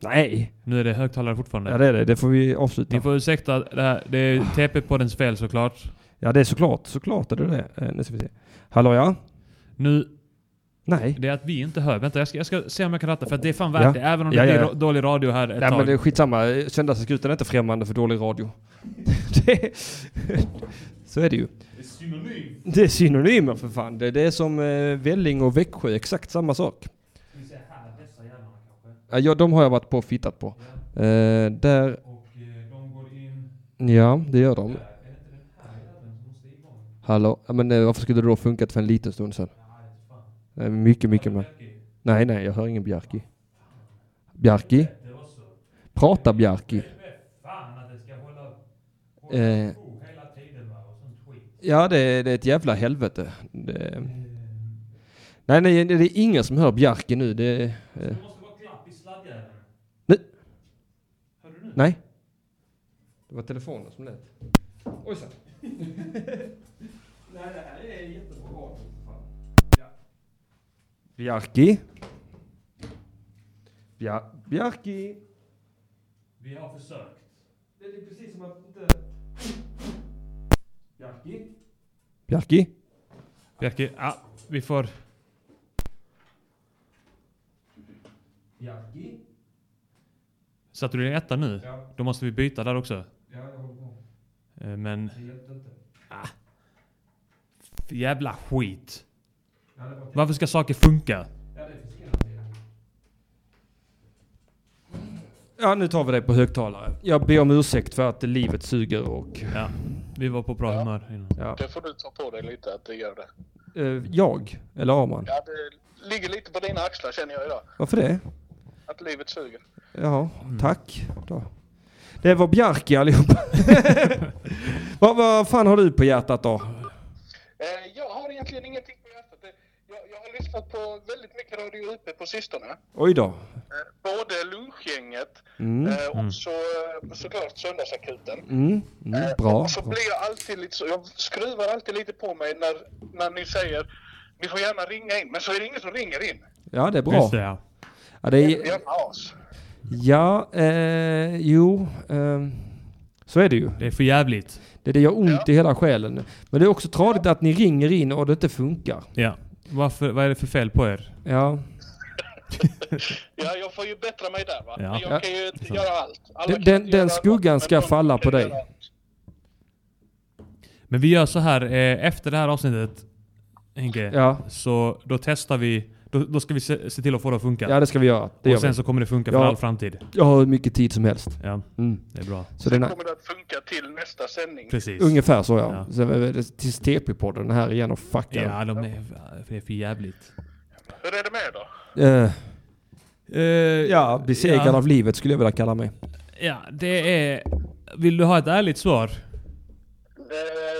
Speaker 3: Nej.
Speaker 4: Nu är det högtalare fortfarande.
Speaker 3: Ja det är det. Det får vi avsluta.
Speaker 4: Ni får ursäkta, det, här, det är TP-poddens fel såklart.
Speaker 3: Ja det är såklart. Såklart är det det. Eh, Nu ska vi se. Hallå ja?
Speaker 4: Nu,
Speaker 3: Nej.
Speaker 4: det är att vi inte hör. Vänta, jag ska, jag ska se om jag kan ratta. För att det är fan värt
Speaker 3: Ja.
Speaker 4: det. Även om
Speaker 3: Ja,
Speaker 4: det
Speaker 3: ja,
Speaker 4: blir
Speaker 3: ja.
Speaker 4: ro- dålig radio här ett
Speaker 3: Nej
Speaker 4: tag.
Speaker 3: men det är skitsamma. Söndagsakuten är inte främmande för dålig radio. det är... Så är det ju. Det är synonymer för fan. Det, det är som eh, Velling och Växjö, exakt samma sak. Ja, ja, de har jag varit på och fittat på. Eh, där, eh, ja det gör de. Hallå, ja, men eh, varför skulle det då funkat för en liten stund sedan? Eh, mycket, mycket mer. Nej, nej, jag hör ingen Bjarki. Bjarki? Prata Bjarki. Eh, ja, det, det är ett jävla helvete. Det, nej, nej, det är ingen som hör Bjarki nu. Det, eh, nu. Nej. Det var telefonen som lät. Ojsan. nej, det här är jättebra radio. Bjarki. Bjar Bjarki.
Speaker 4: Vi har försökt.
Speaker 3: Det är precis som att inte... Bjarki. Bjarki.
Speaker 4: Bjerke, ja, vi får...
Speaker 3: Bjarki.
Speaker 4: Satte du din etta nu?
Speaker 3: Ja,
Speaker 4: Då måste vi byta där också.
Speaker 3: ja, jag håller på.
Speaker 4: Eh, Men
Speaker 3: Det hjälpte inte.
Speaker 4: f- jävla skit.
Speaker 3: Ja, det var... typ-
Speaker 4: Varför ska saker funka?
Speaker 3: Ja, det finns hela tiden. Ja, nu tar vi det på högtalare. Jag ber om ursäkt för att livet suger och...
Speaker 4: Ja, vi var på bra humör innan.
Speaker 3: Ja.
Speaker 6: Det får du ta på dig lite att det gör det.
Speaker 3: Eh, jag? Eller Arman?
Speaker 6: Ja, det ligger lite på dina axlar känner jag idag.
Speaker 3: Varför det?
Speaker 6: Att livet suger.
Speaker 3: Ja,
Speaker 4: Mm.
Speaker 3: tack. Då. Det var Bjarki allihop. vad, vad fan har du på hjärtat då?
Speaker 6: Eh, jag har egentligen ingenting på hjärtat. Det- Jag, jag har lyssnat på väldigt mycket Radio UP på sistone.
Speaker 3: Oj då.
Speaker 6: Eh, både lunchgänget eh, och så, eh, såklart söndagsakuten.
Speaker 3: Mm, mm, bra.
Speaker 6: Och så blir jag alltid lite så, jag skruvar alltid lite på mig när, när ni säger ni får gärna ringa in, men så är det ingen som ringer in.
Speaker 3: Ja, det är bra.
Speaker 4: Just det, ja.
Speaker 3: Ja, det
Speaker 6: Det är
Speaker 3: är,
Speaker 6: Jävla as.
Speaker 3: ja eh, jo. ehm, så är det ju.
Speaker 4: Det är för jävligt.
Speaker 3: Det, det gör ont i hela själen. Men det är också tradigt att ni ringer in och det inte funkar.
Speaker 4: Ja. Varför, vad är det för fel på er?
Speaker 3: Ja.
Speaker 6: Ja, jag får ju bättra mig där va.
Speaker 4: Ja.
Speaker 6: Men
Speaker 3: Ja.
Speaker 6: jag kan ju inte göra allt. Alla
Speaker 3: Den-
Speaker 6: kan
Speaker 3: den-
Speaker 6: inte göra
Speaker 3: den skuggan
Speaker 6: allt, men
Speaker 3: ska
Speaker 6: de
Speaker 3: falla
Speaker 6: kan
Speaker 3: på dig.
Speaker 6: göra allt.
Speaker 4: Men vi gör så här, eh, efter det här avsnittet, Henke,
Speaker 3: Ja.
Speaker 4: så då testar vi, då, då ska vi se, se till att få det att funka.
Speaker 3: ja, det ska vi göra. Det
Speaker 4: och
Speaker 3: gör
Speaker 4: sen
Speaker 3: vi.
Speaker 4: så kommer det funka för
Speaker 3: Ja.
Speaker 4: all framtid.
Speaker 3: Jag har hur mycket tid som helst.
Speaker 4: Ja,
Speaker 3: Mm.
Speaker 4: det är bra.
Speaker 3: Så det är
Speaker 6: Kommer det att funka till nästa sändning?
Speaker 4: Precis.
Speaker 3: ungefär så ja.
Speaker 4: Ja.
Speaker 3: Sen är det Tills TP-podden här igen och fuckar.
Speaker 4: Ja, de är, det är för jävligt.
Speaker 6: Hur är det med er då?
Speaker 3: Eh,
Speaker 4: ja.
Speaker 3: ja, besegrad
Speaker 4: Ja.
Speaker 3: av livet skulle jag vilja kalla mig.
Speaker 4: ja, det är... Vill du ha ett ärligt svar?
Speaker 6: Eh,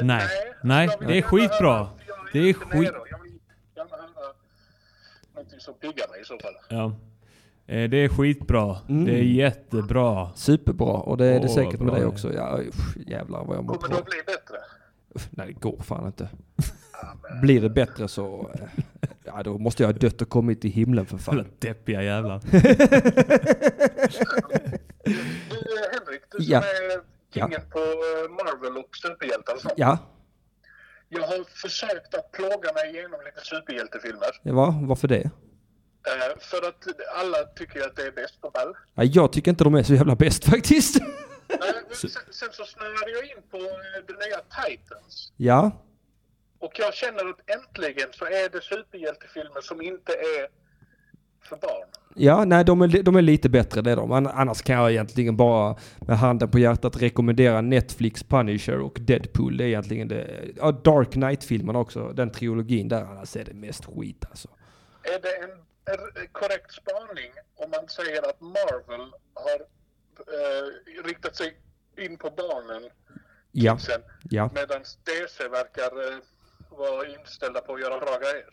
Speaker 4: Nej. Nej,
Speaker 6: Jag vill
Speaker 4: det är
Speaker 6: gärna
Speaker 4: skitbra.
Speaker 6: höra- jag
Speaker 4: Det är
Speaker 6: inte med
Speaker 4: skit-
Speaker 6: då. Jag vill gärna höra någonting som piggar mig i så fall.
Speaker 4: Ja. Eh, Det är skitbra.
Speaker 3: Mm.
Speaker 4: Det är jättebra.
Speaker 3: Superbra och det är det
Speaker 4: Åh,
Speaker 3: säkert med
Speaker 4: bra,
Speaker 3: dig
Speaker 4: ja.
Speaker 3: också. Ja, usch, jävlar vad jag mår
Speaker 6: Kommer det
Speaker 3: bra.
Speaker 6: att bli bättre?
Speaker 3: Uff, Nej, det går fan inte. Blir det bättre så... eh, Ja, då måste jag ha dött och kommit till himlen för fan.
Speaker 4: Jävla deppiga jävlar.
Speaker 6: Du, eh, Henrik, du
Speaker 3: Ja.
Speaker 6: som är kingen på eh, Marvel och superhjältar och sånt.
Speaker 3: Ja,
Speaker 6: Jag har försökt att plåga mig igenom lite superhjältefilmer.
Speaker 3: det var, varför det?
Speaker 6: Eh, för att alla tycker ju att det är bäst på väl.
Speaker 3: Ja, jag tycker inte de är så jävla bäst faktiskt.
Speaker 6: Eh, men sen, sen så snöade jag in på eh, det nya Titans.
Speaker 3: Ja,
Speaker 6: Och jag känner att äntligen så är det superhjältefilmer som inte är för barn.
Speaker 3: ja nej de är, de är lite bättre det är de. An- Annars kan jag egentligen bara med handen på hjärtat rekommendera Netflix, Punisher och Deadpool. Det är egentligen det. Ja, Dark Knight-filmen också. Den trilogin där. Annars är det mest skit alltså.
Speaker 6: Är det en r- korrekt spaning om man säger att Marvel har eh, riktat sig in på barnen
Speaker 3: Ja,
Speaker 6: sen
Speaker 3: ja.
Speaker 6: medan DC verkar eh, vara inställda på att göra bra grejer?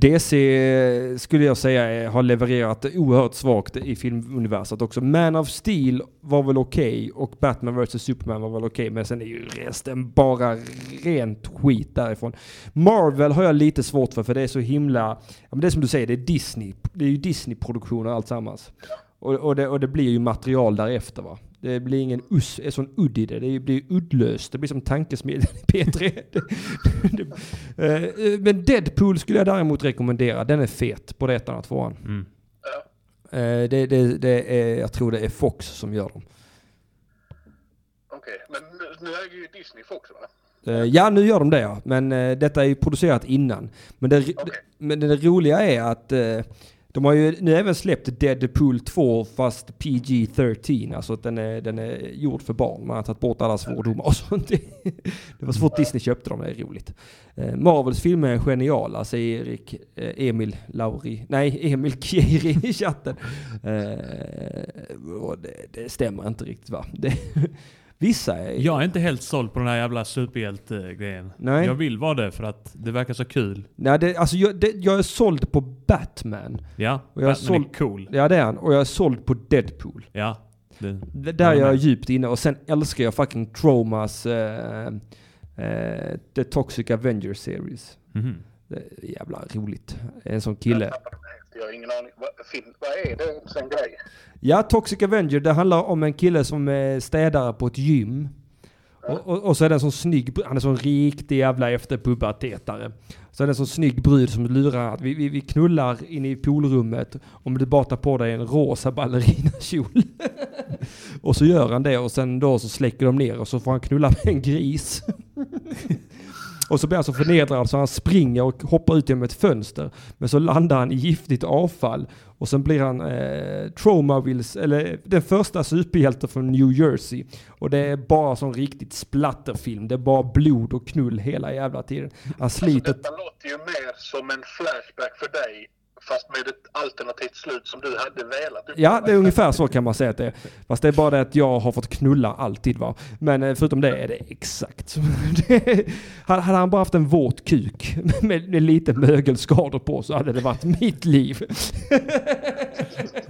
Speaker 3: DC skulle jag säga är- har levererat oerhört svagt i filmuniverset också. Man of Steel var väl okej och Batman vs Superman var väl okej men sen är ju resten bara rent skit därifrån. Marvel har jag lite svårt för för det är så himla, ja, men det är som du säger det är Disney, det är ju Disney-produktioner alltsammans. Och, och, det, och det blir ju material därefter va. Det blir ingen us, en sån udd i det. Det blir uddlöst. Det blir som tankesmedjan i P3. Det, det, eh, men Deadpool skulle jag däremot rekommendera. Den är fet, både ettan och tvåan.
Speaker 4: Mm.
Speaker 6: Ja.
Speaker 3: Eh, Det, det, det är, jag tror det är Fox som gör dem.
Speaker 6: Okej, men nu- nu äger ju Disney Fox va?
Speaker 3: Eh, Ja, nu gör de det ja. Men eh, detta är ju producerat innan. Men det,
Speaker 6: Okej.
Speaker 3: men det roliga är att eh, De har ju nu även släppt Deadpool 2 fast PG-13. Alltså att den är, den är gjord för barn. Man har tagit bort alla svordomar och sånt. Det var så fort Disney köpte dem, det är roligt. Eh, Marvels filmer är geniala, säger Erik eh, Emil Lauri. Nej, Emil Kieri i chatten. Eh, och det, det stämmer inte riktigt va? Det, vissa är...
Speaker 4: Jag är inte helt såld på den här jävla superhjälte-grejen.
Speaker 3: Nej.
Speaker 4: Jag vill vara det för att det verkar så kul.
Speaker 3: Nej, det, alltså jag, det, jag är såld på Batman.
Speaker 4: Ja,
Speaker 3: Och jag är
Speaker 4: Batman är
Speaker 3: såld-
Speaker 4: cool.
Speaker 3: Ja, det är han. Och jag är såld på Deadpool.
Speaker 4: Ja. Det,
Speaker 3: Det där
Speaker 4: Jag
Speaker 3: jag är
Speaker 4: med.
Speaker 3: djupt inne. Och sen älskar jag fucking Traumas eh, eh, The Toxic Avengers Series.
Speaker 4: Mhm.
Speaker 3: Det är jävla roligt. En sån kille.
Speaker 6: Jag har ingen aning. Vad, fin, vad är det ens en grej?
Speaker 3: Ja, Toxic Avenger, det handlar om en kille som är städare på ett gym. Och, och, och så är det en sån snygg, br- han är sån riktig jävla efterpubertetare. Så är det en sån snygg brud som lurar att vi, vi, vi knullar in i poolrummet om du bara tar på dig en rosa ballerinakjol. och så gör han det och sen då så släcker de ner och så får han knulla med en gris. Och så blir han så förnedrad så han springer och hoppar ut genom ett fönster. Men så landar han i giftigt avfall. Och sen blir han eh, Traumavilles, eller den första superhjälten från New Jersey. Och det är bara som riktigt splatterfilm. Det är bara blod och knull hela jävla tiden. Han sliter...
Speaker 6: Detta låter ju mer som en flashback för dig, fast med ett alternativt slut som du hade velat. Du-
Speaker 3: Ja, det är ungefär så kan man säga att det är. Fast det är bara det att jag har fått knulla alltid va. Men eh, förutom det är det exakt så. Det- Hade hade han bara haft en våt kuk med, med lite mögelskador på så hade det varit mitt liv.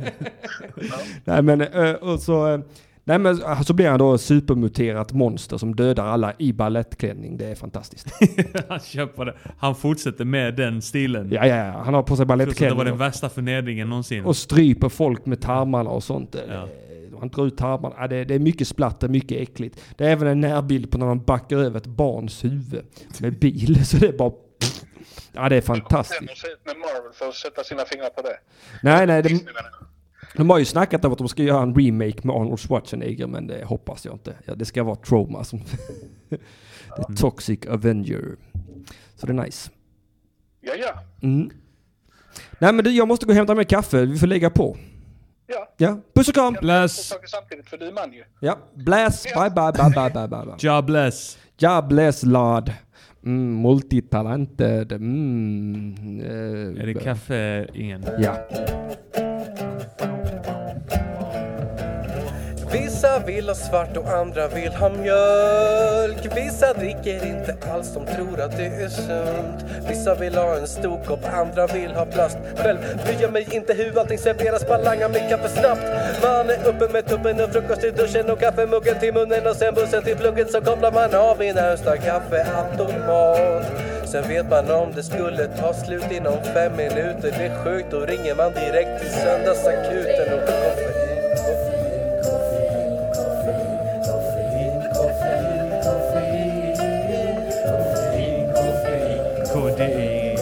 Speaker 3: Nej men, eh, och så, eh, nej, men eh, så blir han då ett supermuterat monster som dödar alla i balettklänning. Det är fantastiskt.
Speaker 4: han köper det. Han fortsätter med den stilen.
Speaker 3: Ja, ja, ja. Han har på sig
Speaker 4: Jag tror att det var
Speaker 3: balettklänning
Speaker 4: den
Speaker 3: och,
Speaker 4: värsta förnedringen någonsin.
Speaker 3: och stryper folk med tarmarna och sånt. Eh,
Speaker 4: Ja.
Speaker 3: Han drar ut tarmarna. Ja, det, det är mycket splatter, mycket äckligt. Det är även en närbild på när man backar över ett barns huvud med bil. Så det är bara... Ja, det är
Speaker 6: Sen
Speaker 3: fantastiskt.
Speaker 6: och se ut med Marvel för att sätta sina fingrar på det.
Speaker 3: Nej, nej. De,
Speaker 6: Disney menar jag.
Speaker 3: de har ju snackat om att de ska göra en remake med Arnold Schwarzenegger, men det hoppas jag inte. Ja, det ska vara trauma som... The Toxic Avenger. Så det är nice.
Speaker 6: Ja, ja.
Speaker 3: Mm. Nej, men du, jag måste gå och hämta mer kaffe. Vi får lägga på.
Speaker 6: Ja.
Speaker 3: Ja, puss och kram!
Speaker 4: Bless!
Speaker 6: saker samtidigt, för du är man ju.
Speaker 3: Ja, bless! Bye, bye, bye, bye, bye, bye, bye.
Speaker 4: Ja, bless!
Speaker 3: Jobless lad. Mm, multitalented. Mm, eh,
Speaker 4: Är det kaffe igen?
Speaker 3: Ja.
Speaker 7: Vissa vill ha svart och andra vill ha mjölk Vissa dricker inte alls, de tror att det är sunt Vissa vill ha en stor kopp, andra vill ha plast Själv bryr jag mig inte hur allting serveras, bara langar mitt kaffe snabbt Man är uppe med tuppen och frukost i duschen och kaffemuggen till munnen och sen bussen till plugget så kopplar man av i närmsta kaffeautomat Sen vet man om det skulle ta slut inom fem minuter Det är sjukt, då ringer man direkt till söndagsakuten och får koffein
Speaker 4: Kodein.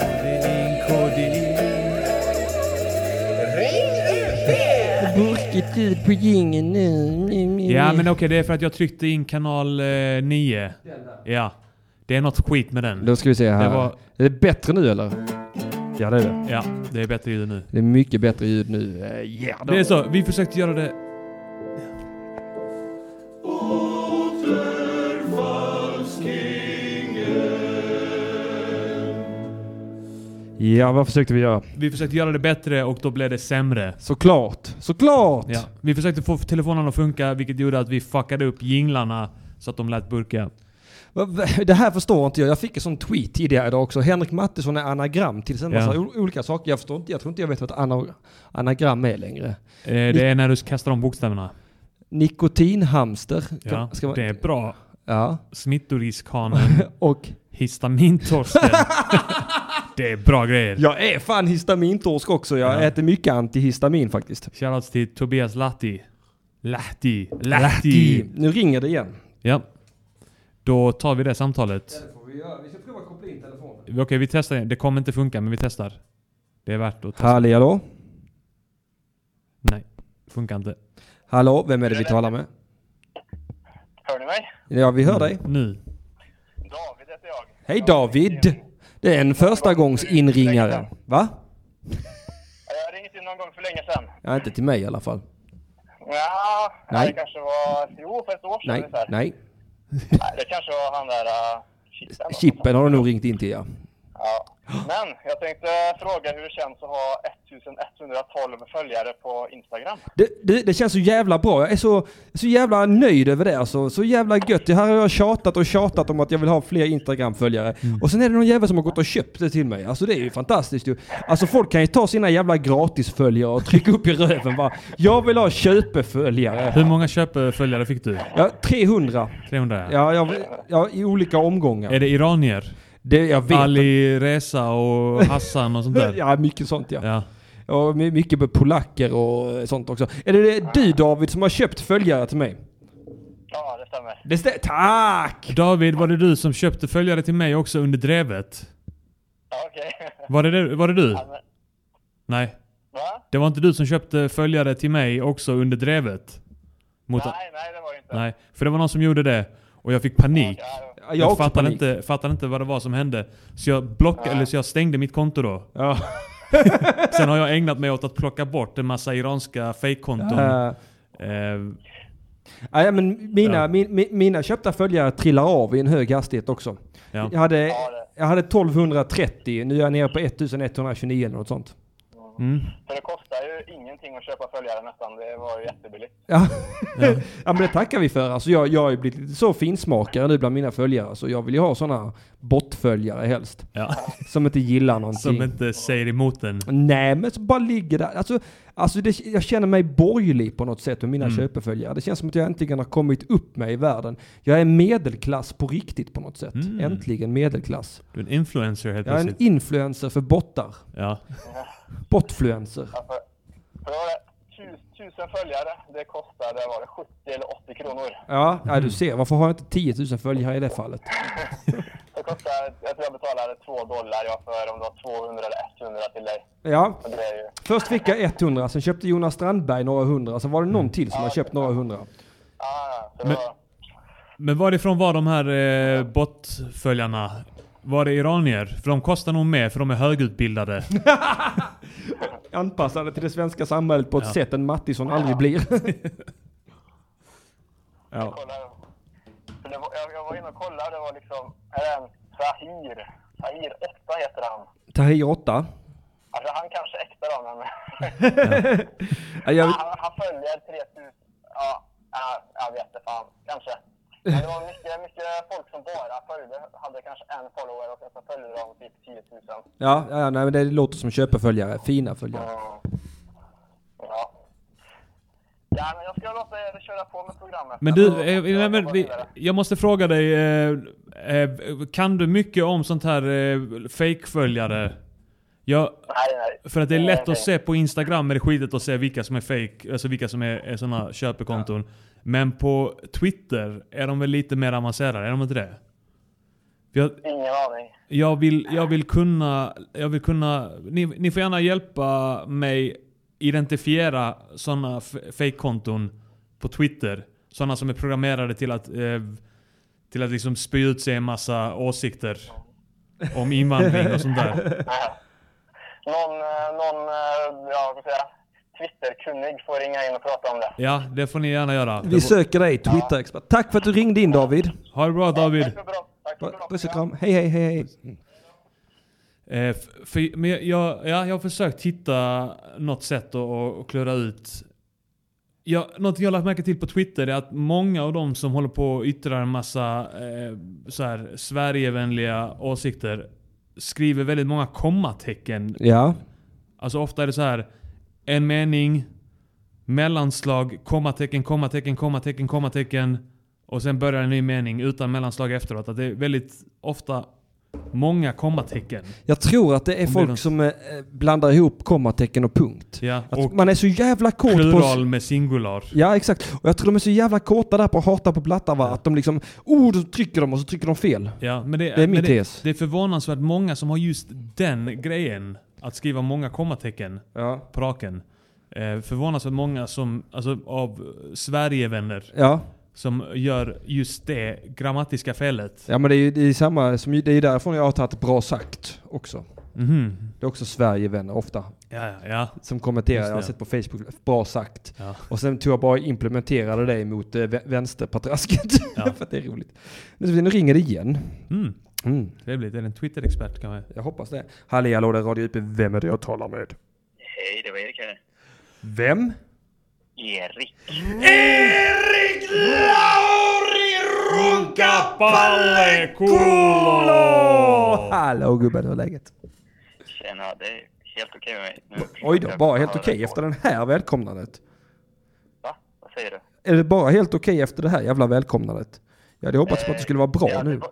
Speaker 4: Kodein, kodein.
Speaker 3: Burkigt ljud på jingeln nu.
Speaker 4: Ja, men okej, det är för att jag tryckte in kanal eh, 9. Ja. Det är något skit med den.
Speaker 3: Då ska vi se här.
Speaker 4: Det var-
Speaker 3: Är det bättre nu eller? Ja det är det.
Speaker 4: Ja, det är bättre ljud nu.
Speaker 3: Det är mycket bättre ljud nu. Eh, Ja, då-
Speaker 4: Det är så, vi försökte göra det...
Speaker 3: ja, vad försökte vi göra?
Speaker 4: Vi försökte göra det bättre och då blev det sämre.
Speaker 3: Såklart! Såklart!
Speaker 4: Ja. Vi försökte få telefonen att funka, vilket gjorde att vi fuckade upp jinglarna så att de lät burka.
Speaker 3: Va- va- Det här förstår inte jag. Jag fick en sån tweet tidigare idag också. Henrik Mattisson är anagram till en massa
Speaker 4: Ja.
Speaker 3: o- olika saker. Jag förstår inte. Jag tror inte jag vet vad ett ana- anagram är längre.
Speaker 4: Eh, det är när du kastar om bokstäverna.
Speaker 3: Nikotinhamster.
Speaker 4: Ja,
Speaker 3: Kan- ska man-
Speaker 4: det är bra.
Speaker 3: ja.
Speaker 4: Smittoriskhanen,
Speaker 3: Och
Speaker 4: histamintorsten. det är bra grejer.
Speaker 3: Jag är fan histamintorsk också. Jag äter mycket antihistamin faktiskt.
Speaker 4: Shoutouts till Tobias Lahti. Lahti. Lahti.
Speaker 3: Nu ringer det igen.
Speaker 4: Ja. Då tar vi det samtalet.
Speaker 3: Vi, ska prova att koppla in telefonen.
Speaker 4: Okej, vi testar igen. Det kommer inte funka, men vi testar. Det är värt att testa.
Speaker 3: Halli hallå?
Speaker 4: Nej, funkar inte.
Speaker 3: Hallå, vem är det vi talar med?
Speaker 8: Hör ni mig?
Speaker 3: Ja, vi hör dig.
Speaker 4: Nu.
Speaker 8: David heter jag.
Speaker 3: Hej David! Det är en första gångs inringare. Va?
Speaker 8: Jag ringde in någon gång för länge sedan.
Speaker 3: Ja, inte till mig i alla fall.
Speaker 8: Ja,
Speaker 3: Nej.
Speaker 8: det kanske var... Jo, för ett år sedan
Speaker 3: Nej,
Speaker 8: ungefär.
Speaker 3: nej.
Speaker 8: Nej, Det kanske var han där... Uh, Chippen. då.
Speaker 3: Chippen har du nog ringt in till ja.
Speaker 8: Ja. Men jag tänkte fråga hur det känns att ha 1112 följare på Instagram.
Speaker 3: Det, det, det känns så jävla bra. Jag är så, så jävla nöjd över det alltså. Så jävla gött. Här har jag tjatat och tjatat om att jag vill ha fler Instagram-följare.
Speaker 4: Mm.
Speaker 3: Och sen är det någon jävel som har gått och köpt det till mig. Alltså det är ju fantastiskt ju. Alltså folk kan ju ta sina jävla gratisföljare och trycka upp i röven bara. Jag vill ha köpeföljare.
Speaker 4: Hur många köpföljare fick du?
Speaker 3: Ja, 300.
Speaker 4: 300
Speaker 3: Ja,
Speaker 4: ja.
Speaker 3: jag, ja i olika omgångar.
Speaker 4: Är det iranier?
Speaker 3: Det, jag vet.
Speaker 4: Ali Reza och Hassan och sånt där?
Speaker 3: Ja, mycket sånt ja.
Speaker 4: Ja.
Speaker 3: Ja, my- mycket med polacker och sånt också. Är det, det du David som har köpt följare till mig?
Speaker 8: Ja, det stämmer.
Speaker 3: Det stä- Tack!
Speaker 4: David, var det du som köpte följare till mig också under drevet?
Speaker 8: Ja, okej.
Speaker 4: Var det, det, var det du?
Speaker 8: men-
Speaker 4: Nej.
Speaker 8: Va?
Speaker 4: Det var inte du som köpte följare till mig också under drevet? Mot
Speaker 8: Nej, nej, det var det inte.
Speaker 4: Nej. För det var någon som gjorde det och jag fick panik.
Speaker 8: Ja,
Speaker 3: Ja,
Speaker 4: Jag,
Speaker 3: har också
Speaker 4: fattade,
Speaker 3: panik.
Speaker 4: inte, fattade inte vad det var som hände. Så jag, blockade, eller så jag stängde mitt konto då.
Speaker 3: Ja.
Speaker 4: Sen har jag ägnat mig åt att plocka bort en massa iranska fejkkonton.
Speaker 3: Eh,
Speaker 4: Eh,
Speaker 3: nej, men mina,
Speaker 4: Mm. Ja.
Speaker 3: min, min, mina köpta följare trillar av i en hög hastighet också.
Speaker 4: Ja.
Speaker 3: Jag, hade, jag hade 1230, nu är jag nere på 1129 eller något sånt.
Speaker 8: för det kostar ju ingenting att köpa följare nästan. Det var ju jättebilligt.
Speaker 3: Ja. Ja. men det tackar vi för. Alltså jag, jag har ju blivit lite så finsmakare nu bland mina följare så jag vill ju ha sådana bottföljare helst.
Speaker 4: ja.
Speaker 3: Som inte gillar någonting.
Speaker 4: Som inte säger emot den.
Speaker 3: Nej, men så bara ligger där. Alltså, alltså det, jag känner mig borgerlig på något sätt med mina köpeföljare. Det känns som att jag äntligen har kommit upp mig i världen. Jag är medelklass på riktigt på något sätt. Äntligen medelklass.
Speaker 4: Du är en influencer helt
Speaker 3: Jag är en
Speaker 4: plötsligt.
Speaker 3: influencer för bottar.
Speaker 4: Ja.
Speaker 3: Botfluencer.
Speaker 8: Ja, för, för det var det tus- tusen följare. Det kostade, var det 70 eller 80 kronor?
Speaker 3: Ja, ja, du ser. Varför har jag inte 10 000 följare i det fallet?
Speaker 8: Det kostar, jag tror jag betalade 2 dollar jag för om det var 200 eller 100 till dig.
Speaker 3: Ja,
Speaker 8: Och det är ju,
Speaker 3: först fick jag 100, sen köpte Jonas Strandberg några hundra, sen var det någon till som har köpt några hundra.
Speaker 8: ah, så
Speaker 4: Men-
Speaker 8: det var,
Speaker 4: Men varifrån var de här eh, botföljarna? Var det iranier? För de kostar nog mer för de är högutbildade.
Speaker 3: Anpassade till det svenska samhället på ett sätt en Mattisson aldrig blir. ja.
Speaker 8: kolla, för det var, jag, jag var inne och kollade, det var liksom, är det en Sahir? Sahir 8 heter han.
Speaker 3: Tahir 8.
Speaker 8: Alltså han kanske är äkta då, men
Speaker 3: Ja, jag,
Speaker 8: han, han följer 3000, ja, ja, jag vet inte fan, kanske. Men det var mycket, mycket folk som bara följde, hade kanske en follower och sen så följde de typ 10 000.
Speaker 3: ja, ja nej, men det låter som köpeföljare. Fina följare.
Speaker 8: Mm. Ja. Ja, men jag ska låta er köra på med programmet.
Speaker 4: Men du,
Speaker 8: Så-
Speaker 4: eh, nej, men, vi, jag måste fråga dig. Eh, eh, kan du mycket om sånt här eh, fejkföljare? Jag,
Speaker 8: Nej, nej.
Speaker 4: För att det är lätt att se på Instagram är det skitigt att se vilka som är fake, alltså vilka som är, är såna köpekonton. Men på Twitter är de väl lite mer avancerade, är de inte det? För Jag,
Speaker 8: Ingen aning.
Speaker 4: jag, vill, jag vill kunna... Jag vill kunna ni, ni får gärna hjälpa mig identifiera såna f- fake-konton på Twitter. Såna som är programmerade till att, eh, till att liksom spy ut sig en massa åsikter om invandring och sånt där.
Speaker 8: Någon, eh, någon eh, ja, vad ska jag säga, Twitterkunnig får ringa in och prata om det.
Speaker 4: Ja, det får ni gärna göra.
Speaker 3: Vi söker dig, Twitter-expert. Tack för att du ringde in David.
Speaker 4: Ha det bra David!
Speaker 8: Tack för bra. Tack för bra.
Speaker 3: Puss och kram. Hej, hej, hej, hej.
Speaker 4: Eh, f- för, men jag, jag, ja, jag har försökt hitta något sätt att, att klura ut. Jag, något jag har lagt märke till på Twitter är att många av dem som håller på och yttrar en massa eh, så här, Sverigevänliga åsikter skriver väldigt många kommatecken.
Speaker 3: Ja.
Speaker 4: Alltså ofta är det så här en mening, mellanslag, kommatecken, kommatecken, kommatecken, kommatecken. Och sen börjar en ny mening utan mellanslag efteråt. Att det är väldigt ofta många kommatecken.
Speaker 3: Jag tror att det är
Speaker 4: det är
Speaker 3: folk
Speaker 4: något-
Speaker 3: som eh, blandar ihop kommatecken och punkt.
Speaker 4: Ja,
Speaker 3: Att
Speaker 4: och-
Speaker 3: man är så jävla kort på...
Speaker 4: Plural med singular.
Speaker 3: Ja, exakt. Och jag tror de är så jävla korta där på att hata på blattar va? Att de liksom... Oh, då trycker de och så trycker de fel.
Speaker 4: Ja, men det,
Speaker 3: Det är min
Speaker 4: men
Speaker 3: tes.
Speaker 4: Det, det är förvånansvärt många som har just den grejen. Att skriva många kommatecken
Speaker 3: Ja.
Speaker 4: på raken. Eh, förvånansvärt många som, alltså av eh, Sverigevänner
Speaker 3: Ja.
Speaker 4: som gör just det grammatiska felet.
Speaker 3: Ja men det är ju det är samma, som, det är därifrån jag har tagit bra sagt också.
Speaker 4: Mhm.
Speaker 3: Det är också Sverigevänner ofta
Speaker 4: Ja, ja, ja.
Speaker 3: som kommenterar,
Speaker 4: Just
Speaker 3: jag
Speaker 4: det.
Speaker 3: har sett på Facebook, bra sagt.
Speaker 4: Ja.
Speaker 3: Och sen tog jag bara och implementerade det mot eh, vä- vänsterpatrasket.
Speaker 4: Ja.
Speaker 3: För att det är roligt. Men så- nu ringer det igen.
Speaker 4: Mm.
Speaker 3: Mm,
Speaker 4: Trevligt. Är det en Twitter-expert kanske?
Speaker 3: jag hoppas det. Halli hallå, det är Radio UP. Vem är det jag talar med?
Speaker 8: Hej, det var Erik här.
Speaker 3: Vem?
Speaker 8: Erik.
Speaker 3: Åh,
Speaker 4: Balleculo!
Speaker 3: hallå gubben, hur är läget?
Speaker 8: Tjena, det är helt okej med mig. Nu
Speaker 3: Oj då,
Speaker 8: Jag
Speaker 3: bara helt
Speaker 8: har-
Speaker 3: okej efter den här välkomnandet.
Speaker 8: Va? Vad säger du?
Speaker 3: Är det bara helt okej efter det här jävla välkomnandet? Jag hade hoppats på att det skulle vara bra
Speaker 8: Ja, Det
Speaker 3: nu.
Speaker 8: var,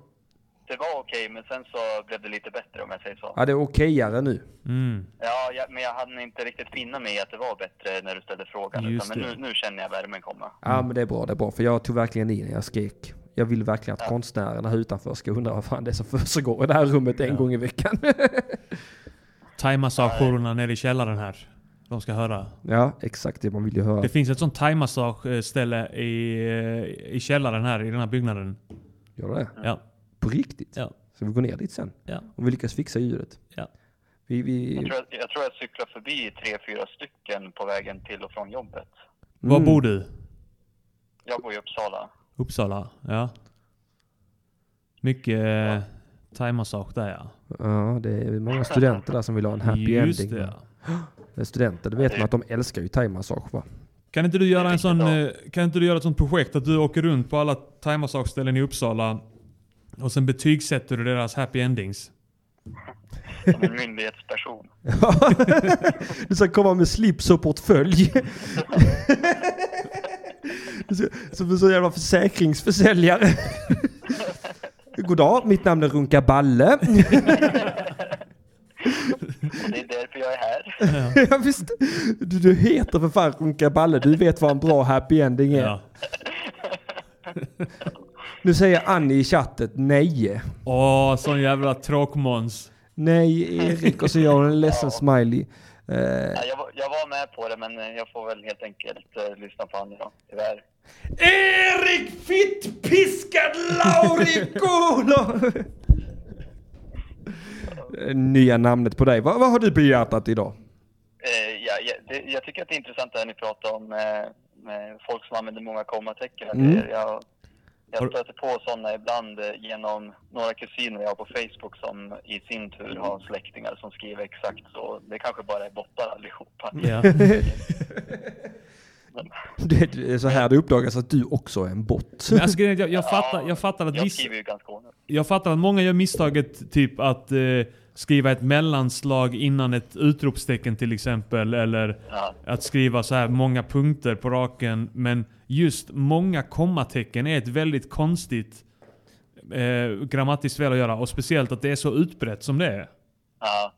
Speaker 8: det var okej, men sen så blev det lite bättre om jag säger så.
Speaker 3: Ja, det är okejare nu.
Speaker 4: Mm.
Speaker 8: Ja, jag, men jag hade inte riktigt finna mig i att det var bättre när du ställde frågan.
Speaker 4: Just
Speaker 8: Utan, men
Speaker 4: det.
Speaker 8: nu, nu känner jag värmen komma.
Speaker 3: Ja,
Speaker 4: Mm.
Speaker 3: men det är bra, det är bra. För jag tog verkligen i när jag skrek. Jag vill verkligen att konstnärerna här utanför ska undra vad fan det är som försiggår i det här rummet en gång i veckan.
Speaker 4: Thaimassagejourerna nere i källaren här. De ska höra.
Speaker 3: ja, exakt det man vill ju höra.
Speaker 4: Det finns ett sånt thaimassageställe i, eh, i källaren här, i den här byggnaden.
Speaker 3: Gör det?
Speaker 4: Ja.
Speaker 3: På riktigt?
Speaker 4: Ja.
Speaker 3: Ska vi gå ner dit sen?
Speaker 4: Ja.
Speaker 3: Om vi lyckas fixa ljudet?
Speaker 4: Ja.
Speaker 3: Vi, vi...
Speaker 8: Jag tror, jag- jag tror jag cyklade förbi tre, fyra stycken på vägen till och från jobbet.
Speaker 4: Var
Speaker 3: Mm.
Speaker 4: bor du?
Speaker 8: Jag bor i Uppsala.
Speaker 4: Uppsala. Ja. Mycket eh, thaimassage där ja.
Speaker 3: Ja, det är många studenter där som vill ha en happy
Speaker 4: Just
Speaker 3: ending.
Speaker 4: det. ja.
Speaker 3: Men Studenter, det vet man att de älskar ju thaimassage va?
Speaker 4: Kan inte du göra en
Speaker 8: Riktigt
Speaker 4: sån,
Speaker 8: bra.
Speaker 4: eh, kan inte du göra ett sånt projekt att du åker runt på alla thaimassageställen i Uppsala och sen betygsätter du deras happy endings?
Speaker 8: Som en myndighetsperson.
Speaker 3: Du ska komma med slips och portfölj. Du ska- Som en sån jävla försäkringsförsäljare. God dag, mitt namn är Runka Balle.
Speaker 8: Och det är därför jag är här.
Speaker 3: Ja, visst. Du, du heter för fan Runka Balle. Du vet vad en bra happy ending är.
Speaker 4: Ja.
Speaker 3: Nu säger Annie i chatten nej.
Speaker 4: Åh, sån jävla tråkmåns.
Speaker 3: Nej, Erik. Och så gör hon en ledsen smiley.
Speaker 4: Eh.
Speaker 8: Ja, jag, var- jag var med på det, men eh, jag får väl helt enkelt eh, lyssna på andra. Tyvärr.
Speaker 3: Erik Fittpiskad Laurikolo! Nya namnet på dig. Vad, vad har du behjärtat idag?
Speaker 8: Eh, ja, ja, det, jag tycker att det är intressant det här ni pratar om eh, med folk som använder många kommatecken. och grejer. Jag,
Speaker 4: Mm. Har-
Speaker 8: jag stöter på sådana ibland eh, genom några kusiner jag har på Facebook som i sin tur har släktingar som skriver exakt så. Det kanske bara är bottar allihopa.
Speaker 4: Ja.
Speaker 3: Det det är så här det uppdagas att du också är en bot.
Speaker 4: Men alltså, grejen är att jag, jag, fattar, jag fattar att
Speaker 8: Jag
Speaker 4: vissa...
Speaker 8: skriver ju ganska onödigt.
Speaker 4: Jag fattar att många gör misstaget typ att eh, skriva ett mellanslag innan ett utropstecken till exempel. Eller
Speaker 8: Ja.
Speaker 4: att skriva så här många punkter på raken. Men just många kommatecken är ett väldigt konstigt eh, grammatiskt fel att göra. Och speciellt att det är så utbrett som det är.
Speaker 8: Ja,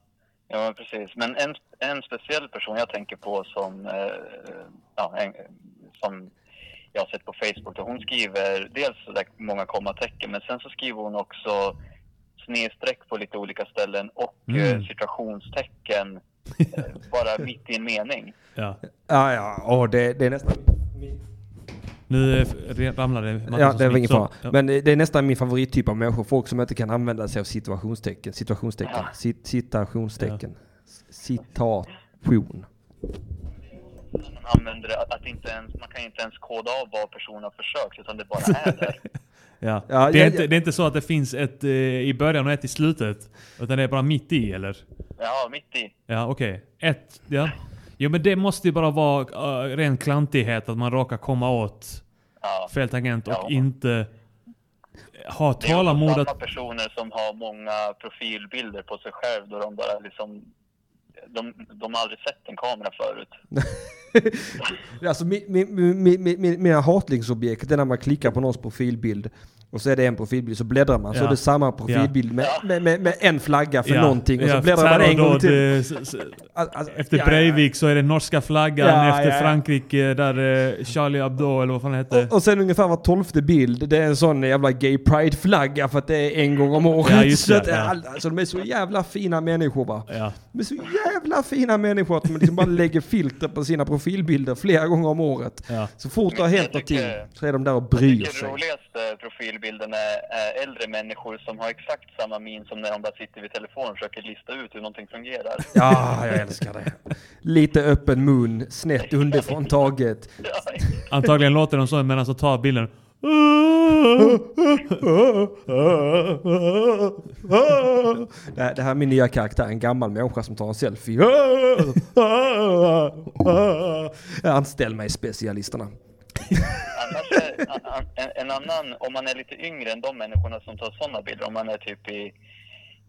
Speaker 8: ja men precis. Men en, en speciell person jag tänker på som, eh, ja, en, som jag har sett på Facebook. Och hon skriver dels så där många kommatecken men sen så skriver hon också snedstreck på lite olika ställen och
Speaker 4: Mm.
Speaker 8: eh, citationstecken eh, bara mitt i en mening.
Speaker 4: Ja.
Speaker 3: Ja, ja, åh, det, det är nästan...
Speaker 4: Nu eh, re- ramlade Mattias
Speaker 3: Ja, det var ingen
Speaker 4: Så,
Speaker 3: fara.
Speaker 4: ja.
Speaker 3: Men det är nästan min favorittyp av människor. Folk som inte kan använda sig av situationstecken. Situationstecken. Cit- Citationstecken. Citation.
Speaker 8: Man använder det, att inte ens, man kan inte ens koda av vad personen har försökt utan det bara är där.
Speaker 4: Ja.
Speaker 3: Ja,
Speaker 4: det, är
Speaker 3: jag-
Speaker 4: inte, det är inte så att det finns ett eh, i början och ett i slutet. Utan det är bara mitt i, eller?
Speaker 8: Ja, mitt i.
Speaker 4: Ja, okej. Ett, ja. Jo men det måste ju bara vara uh, ren klantighet att man råkar komma åt
Speaker 8: Ja.
Speaker 4: fel tangent och
Speaker 8: Ja.
Speaker 4: inte ha
Speaker 8: Det är också
Speaker 4: tålamod
Speaker 8: samma
Speaker 4: att...
Speaker 8: personer som har många profilbilder på sig själv då de bara liksom... De, de har aldrig sett en kamera förut.
Speaker 3: Alltså, mi, mi, mi, mi, mi, mina hatlingsobjekt det är när man klickar på någons profilbild Och så är det en profilbild, så bläddrar man så
Speaker 4: Ja.
Speaker 3: är det samma profilbild med, med, med, med en flagga för någonting och så bläddrar man en gång
Speaker 4: terrordåd,
Speaker 3: till.
Speaker 4: eh, s- s-
Speaker 3: Al- alltså,
Speaker 4: Efter
Speaker 3: ja, ja, ja.
Speaker 4: Breivik så är det norska flaggan,
Speaker 3: Ja,
Speaker 4: efter
Speaker 3: ja, ja.
Speaker 4: Frankrike där eh, Charlie Hebdo eller vad fan hette.
Speaker 3: Och, och sen ungefär var tolfte bild, det är en sån jävla gay pride-flagga för att det är en gång om året.
Speaker 4: Ja, just
Speaker 3: Så
Speaker 4: det,
Speaker 3: att,
Speaker 4: ja.
Speaker 3: all- alltså de är så jävla fina människor va.
Speaker 4: Ja.
Speaker 3: De är så jävla fina människor att de liksom bara lägger filter på sina profilbilder flera gånger om året.
Speaker 4: Ja.
Speaker 3: Så fort det har hänt
Speaker 8: Jag
Speaker 3: någonting
Speaker 8: tycker-
Speaker 3: så är de där och bryr
Speaker 8: tycker
Speaker 3: sig.
Speaker 8: den roligaste profilbilden är, är äldre människor som har exakt samma min som när de bara sitter vid telefonen och försöker lista ut hur någonting fungerar.
Speaker 3: Ja, jag älskar det. Lite öppen mun, snett underifrån taget.
Speaker 4: Antagligen låter de så medan de tar bilden.
Speaker 3: Det här, det här är min nya karaktär, en gammal människa som tar en selfie. Anställ mig specialisterna.
Speaker 8: Annars är, a- a- en, en annan, om man är lite yngre än de människorna som tar sådana bilder, om man är typ i,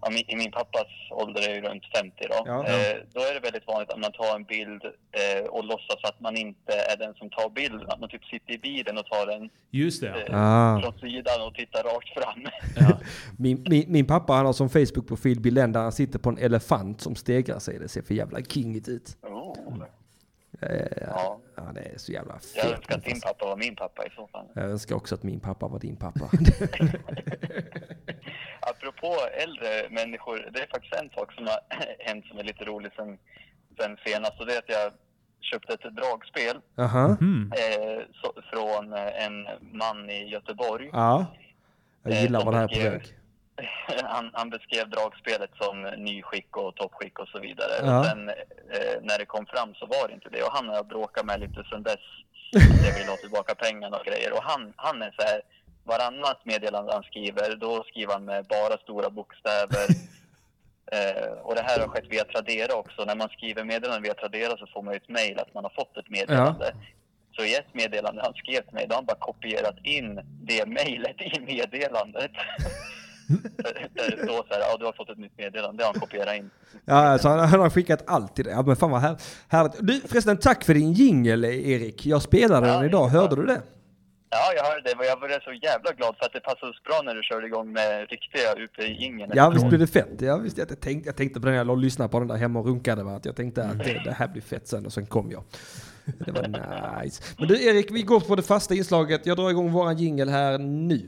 Speaker 8: ja, min, i min pappas ålder är ju runt 50 då,
Speaker 3: Ja.
Speaker 8: eh, då är det väldigt vanligt att man tar en bild eh, och låtsas att man inte är den som tar bilden, att man typ sitter i bilen och tar den
Speaker 4: Just det.
Speaker 8: eh,
Speaker 3: Ah.
Speaker 8: från sidan och tittar rakt fram.
Speaker 3: Min, min, min pappa han har som Facebook-profilbild en där han sitter på en elefant som stegrar sig. Det ser för jävla kingigt ut.
Speaker 8: Oh. Ja.
Speaker 3: Ja, det är så jävla
Speaker 8: Jag
Speaker 3: fett.
Speaker 8: önskar att din pappa var min pappa i så fall.
Speaker 3: Jag önskar också att min pappa var din pappa.
Speaker 8: Apropå äldre människor, det är faktiskt en sak som har hänt som är lite rolig sen, sen senast. Och det är att jag köpte ett dragspel
Speaker 3: Aha.
Speaker 4: Hmm.
Speaker 8: eh, så, från eh, en man i Göteborg.
Speaker 3: Ja. Jag gillar vad det här är på
Speaker 8: Eh,
Speaker 3: väg.
Speaker 8: Han, han beskrev dragspelet som nyskick och toppskick och så vidare.
Speaker 3: Ja.
Speaker 8: Och sen eh, när det kom fram så var det inte det. Och han har jag bråkat med lite sen dess. Att jag vill ha tillbaka pengarna och grejer. Och han, han är så här, varannat meddelande han skriver, då skriver han med bara stora bokstäver. eh, och det här har skett via Tradera också. När man skriver meddelanden via Tradera så får man ju ett mejl att man har fått ett meddelande. Så i ett meddelande han skrev till mig, då har han bara kopierat in det mejlet i meddelandet. Där det står så här, ja du har fått ett nytt meddelande, det har han kopierat in.
Speaker 3: Ja, alltså, han, han har skickat allt till dig. Ja, men fan vad här, härligt. Du, förresten, tack för din jingel, Erik. Jag spelade den
Speaker 8: Ja,
Speaker 3: idag.
Speaker 8: ja.
Speaker 3: Hörde du det?
Speaker 8: Ja, jag hörde det. Jag blev så jävla glad för att det passade så bra när du körde igång med riktiga UP-jingeln.
Speaker 3: Ja, visst blev det fett? Ja, visst, jag, tänkte, jag tänkte på den när jag låg och lyssnade på den där hemma och runkade. Va? Att jag tänkte att det, det här blir fett sen och sen kom jag. Det var nice. Men du Erik, vi går på det fasta inslaget. Jag drar igång våran jingel här nu.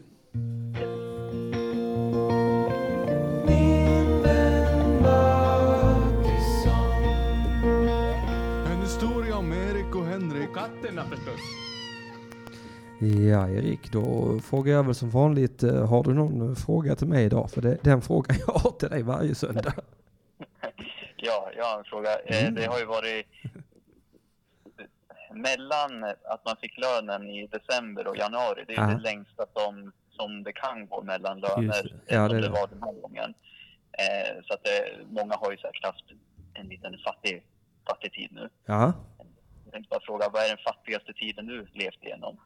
Speaker 9: En historia om Erik och Henrik.
Speaker 3: Ja Erik, då frågar jag väl som vanligt. eh, Har du någon eh, fråga till mig idag? För det är den frågan jag har till dig varje söndag.
Speaker 8: Ja, jag har en fråga. Eh, Det har ju varit mellan att man fick lönen i december och januari. Det är ju
Speaker 3: Ja.
Speaker 8: det längsta som, som det kan gå mellan
Speaker 4: Just
Speaker 8: löner,
Speaker 4: det.
Speaker 3: Ja,
Speaker 8: som
Speaker 3: det är
Speaker 8: det,
Speaker 3: det.
Speaker 8: var den här gången. Eh, Så att det, många har ju säkert haft en liten fattig, fattig tid nu.
Speaker 3: Ja.
Speaker 8: Jag tänkte bara fråga, vad är den fattigaste tiden du levt igenom?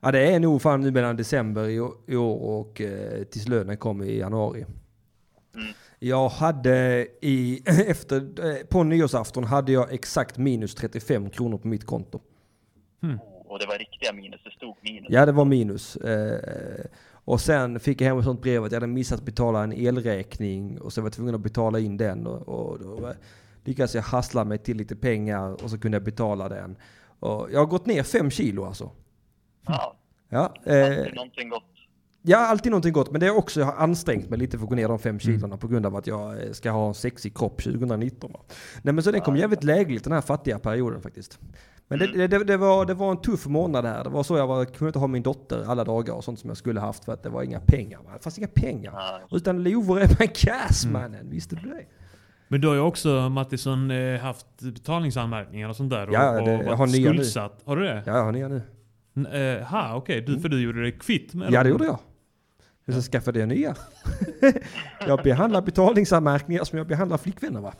Speaker 3: Ja det är nog fan nu mellan december i å- i år och eh, tills lönen kom i januari. Jag hade i, efter, eh, på nyårsafton hade jag exakt minus 35 kronor på mitt konto.
Speaker 8: Och det var riktiga minus, det stod minus.
Speaker 3: Ja det var minus. Eh, och sen fick jag hem ett sånt brev att jag hade missat betala en elräkning och så var jag tvungen att betala in den. Och, och då eh, lyckades jag hassla mig till lite pengar och så kunde jag betala den. Och jag har gått ner 5 kilo alltså.
Speaker 8: Ja,
Speaker 3: Ja,
Speaker 8: alltid
Speaker 3: eh,
Speaker 8: någonting gott.
Speaker 3: Ja, alltid någonting gott. Men det är också, jag har ansträngt mig lite för att gå ner de fem kilona på grund av att jag eh, ska ha en sexig kropp 2019. va. Nej men så den kom jävligt lägligt den här fattiga perioden faktiskt. Men det, det, det, var, det var en tuff månad här. Det var så jag var, kunde inte ha min dotter alla dagar och sånt som jag skulle haft för att det var inga pengar. Va? Det fanns inga pengar. Utan lovor är man kass mannen, visste du det?
Speaker 4: Men du har ju också Mattisson eh, haft betalningsanmärkningar och sånt där. Och,
Speaker 3: Ja, ja, det-
Speaker 4: och
Speaker 3: jag
Speaker 4: varit
Speaker 3: har nya nu.
Speaker 4: skuldsatt. Har du det?
Speaker 3: Ja, jag har nya nu.
Speaker 4: N- eh, ha, okej. Du, för du gjorde det kvitt med
Speaker 3: Mm. Ja,
Speaker 4: dem.
Speaker 3: det gjorde jag. Men sen skaffade jag nya. jag behandlar betalningsanmärkningar som jag behandlar flickvänner va.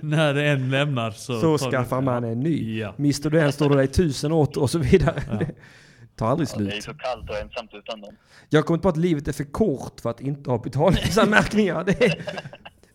Speaker 4: När det en lämnar så...
Speaker 3: Så
Speaker 4: tar
Speaker 3: skaffar
Speaker 4: du-
Speaker 3: man en ny.
Speaker 4: Ja.
Speaker 3: Mister du en står du dig tusen åter och så vidare. Det tar aldrig
Speaker 8: Det är ju
Speaker 3: slut.
Speaker 8: så kallt och ensamt utan dem.
Speaker 3: Jag har kommit på att livet är för kort för att inte ha betalningsanmärkningar. Det är,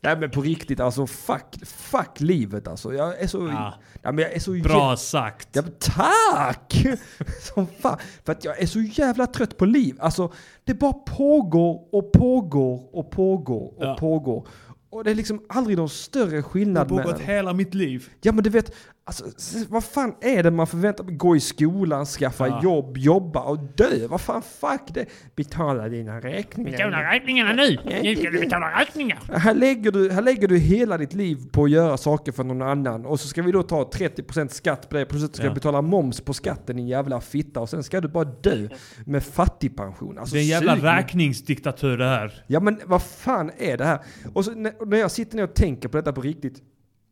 Speaker 3: Nej men på riktigt alltså, fuck, fuck livet alltså. Jag är så...
Speaker 4: Ja.
Speaker 3: Nej, men jag är så
Speaker 4: Bra sagt.
Speaker 3: Ja, men tack! Som fan. För att jag är så jävla trött på liv. Alltså, det bara pågår och pågår och pågår och
Speaker 4: Ja.
Speaker 3: pågår. Och det är liksom aldrig någon större skillnad mellan...
Speaker 4: hela mitt liv.
Speaker 3: Ja men du vet, alltså, s- vad fan är det man förväntar sig? Gå i skolan, skaffa
Speaker 4: Ja.
Speaker 3: jobb, jobba och dö. Vad fan, fuck det. Betala dina räkningar.
Speaker 10: Betala räkningarna nu! Nu ska du betala räkningar!
Speaker 3: Här lägger, du, här lägger du hela ditt liv på att göra saker för någon annan och så ska vi då ta 30% skatt på det, plus att du ska
Speaker 4: Ja.
Speaker 3: betala moms på skatten din jävla fitta och sen ska du bara dö med fattigpension. Alltså,
Speaker 4: Det är en jävla
Speaker 3: sug-
Speaker 4: räkningsdiktatur det här.
Speaker 3: Ja men vad fan är det här? Och så, när, och när jag sitter ner och tänker på detta på riktigt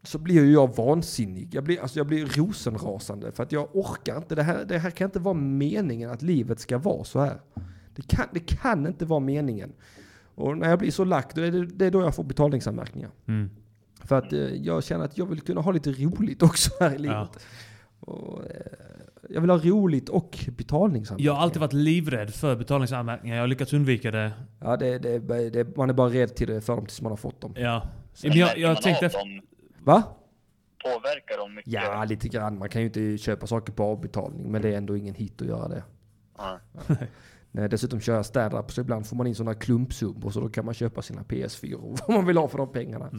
Speaker 3: så blir ju jag vansinnig. Jag blir, alltså jag blir rosenrasande för att jag orkar inte. Det här, det här kan inte vara meningen att livet ska vara så här. Det kan, det kan inte vara meningen. Och när jag blir så lack, då är det, det är då jag får betalningsanmärkningar.
Speaker 4: Mm.
Speaker 3: För att eh, jag känner att jag vill kunna ha lite roligt också här i livet. Och, eh, jag vill ha roligt och betalningsanmärkningar.
Speaker 4: Jag har alltid varit livrädd för betalningsanmärkningar. Jag har lyckats undvika det.
Speaker 3: ja, det, det, det, man är bara rädd till det för dem tills man har fått dem.
Speaker 4: Ja. Men
Speaker 8: Men
Speaker 4: jag,
Speaker 8: märker man
Speaker 4: jag
Speaker 8: av
Speaker 4: tänkte efter.
Speaker 8: dem?
Speaker 3: Va?
Speaker 8: Påverkar de mycket?
Speaker 3: Ja, lite grann. Man kan ju inte köpa saker på avbetalning, men det är ändå ingen hit att göra det.
Speaker 8: Ja.
Speaker 3: Nej, dessutom kör jag städrapp, så ibland får man in sådana klumpsummor, så då kan man köpa sina PS4 och vad man vill ha för de pengarna.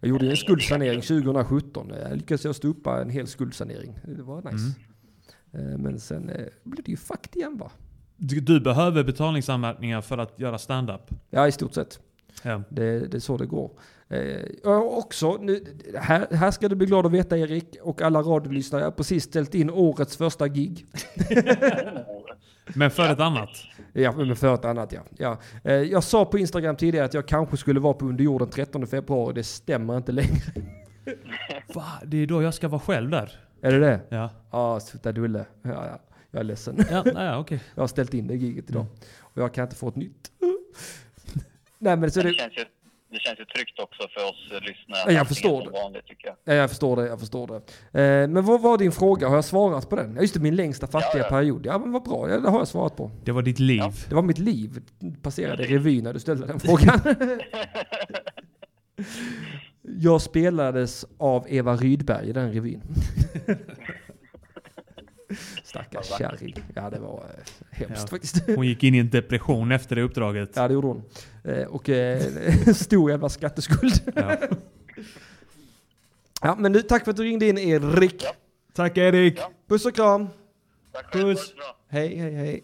Speaker 3: Jag gjorde en skuldsanering 2017. Jag lyckades jag stupa en hel skuldsanering. Det var nice. Eh, Men sen eh, blev det ju fucked igen va?
Speaker 4: Du, du behöver betalningsanmärkningar för att göra stand-up.
Speaker 3: Ja, i stort sett.
Speaker 4: Ja.
Speaker 3: Det, det är så det går. Eh, och också, nu, här, här ska du bli glad att veta Erik och alla radiolyssnare, jag har precis ställt in årets första gig.
Speaker 4: Men för ett annat.
Speaker 3: Ja, men för ett annat ja. ja. Eh, Jag sa på Instagram tidigare att jag kanske skulle vara på Underjorden 13 februari. Det stämmer inte längre.
Speaker 4: Va? Det är då jag ska vara själv där.
Speaker 3: Är det det?
Speaker 4: Ja.
Speaker 3: Ja, sluta dulle. Ja, ja. Jag är ledsen.
Speaker 4: Ja, nej, ja, okej.
Speaker 3: Jag har ställt in det giget idag. Och jag kan inte få ett nytt. Nej men så
Speaker 8: Men
Speaker 3: det...
Speaker 8: det, känns ju, det känns ju tryggt också för oss eh, lyssnare. att
Speaker 3: Jag
Speaker 8: allting
Speaker 3: förstår
Speaker 8: är som
Speaker 3: det.
Speaker 8: Vanligt, tycker jag.
Speaker 3: Ja, jag förstår det, jag förstår det. Eh, Men vad var din fråga? Har jag svarat på den? Ja, just det, min längsta fattiga
Speaker 8: ja.
Speaker 3: period. Ja men vad bra, ja, det har jag svarat på.
Speaker 4: Det var ditt liv.
Speaker 3: Det var mitt liv. Passerade revy när du ställde den frågan. Jag spelades av Eva Rydberg i den revyn. Stackars kärring. Ja, det var eh, hemskt
Speaker 4: Ja.
Speaker 3: faktiskt.
Speaker 4: Hon gick in i en depression efter det uppdraget.
Speaker 3: Ja, det gjorde hon. Eh, Och eh, stor jävla skatteskuld.
Speaker 4: Ja.
Speaker 3: Ja, men nu, tack för att du ringde in Erik.
Speaker 4: Tack Erik!
Speaker 3: Puss och kram.
Speaker 8: Tack själv, ha det
Speaker 4: Puss.
Speaker 8: bra.
Speaker 3: Hej, hej, hej.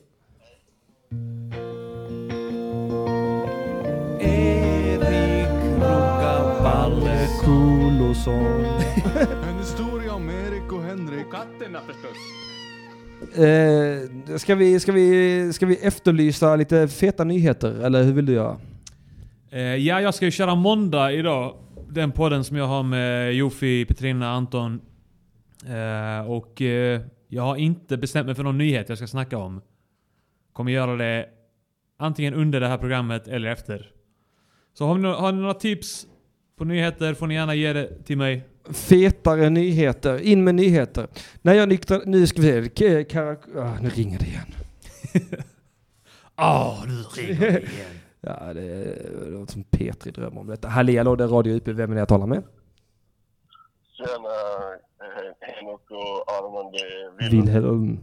Speaker 9: En historia om Erik och Henrik.
Speaker 3: Eh, ska, vi, ska, vi, ska vi efterlysa lite feta nyheter, eller hur vill du göra?
Speaker 4: Eh, ja, jag ska ju köra måndag idag. Den podden som jag har med Jofi, Petrina, Anton. Eh, och eh, jag har inte bestämt mig för någon nyhet jag ska snacka om. Kommer göra det antingen under det här programmet eller efter. Så har ni, har ni några tips på nyheter får ni gärna ge det till mig.
Speaker 3: Fetare nyheter, in med nyheter. När jag nyktrade, nu ska vi se, K- karak- ah, nu ringer det igen.
Speaker 4: Åh, Ah, nu ringer det igen.
Speaker 3: Ja, det det låter som Petri drömmer om detta. Halli hallå, det är Radio UP, vem är det jag talar med?
Speaker 6: Tjena Henok eh, och Arman, det är
Speaker 3: Wilhelm.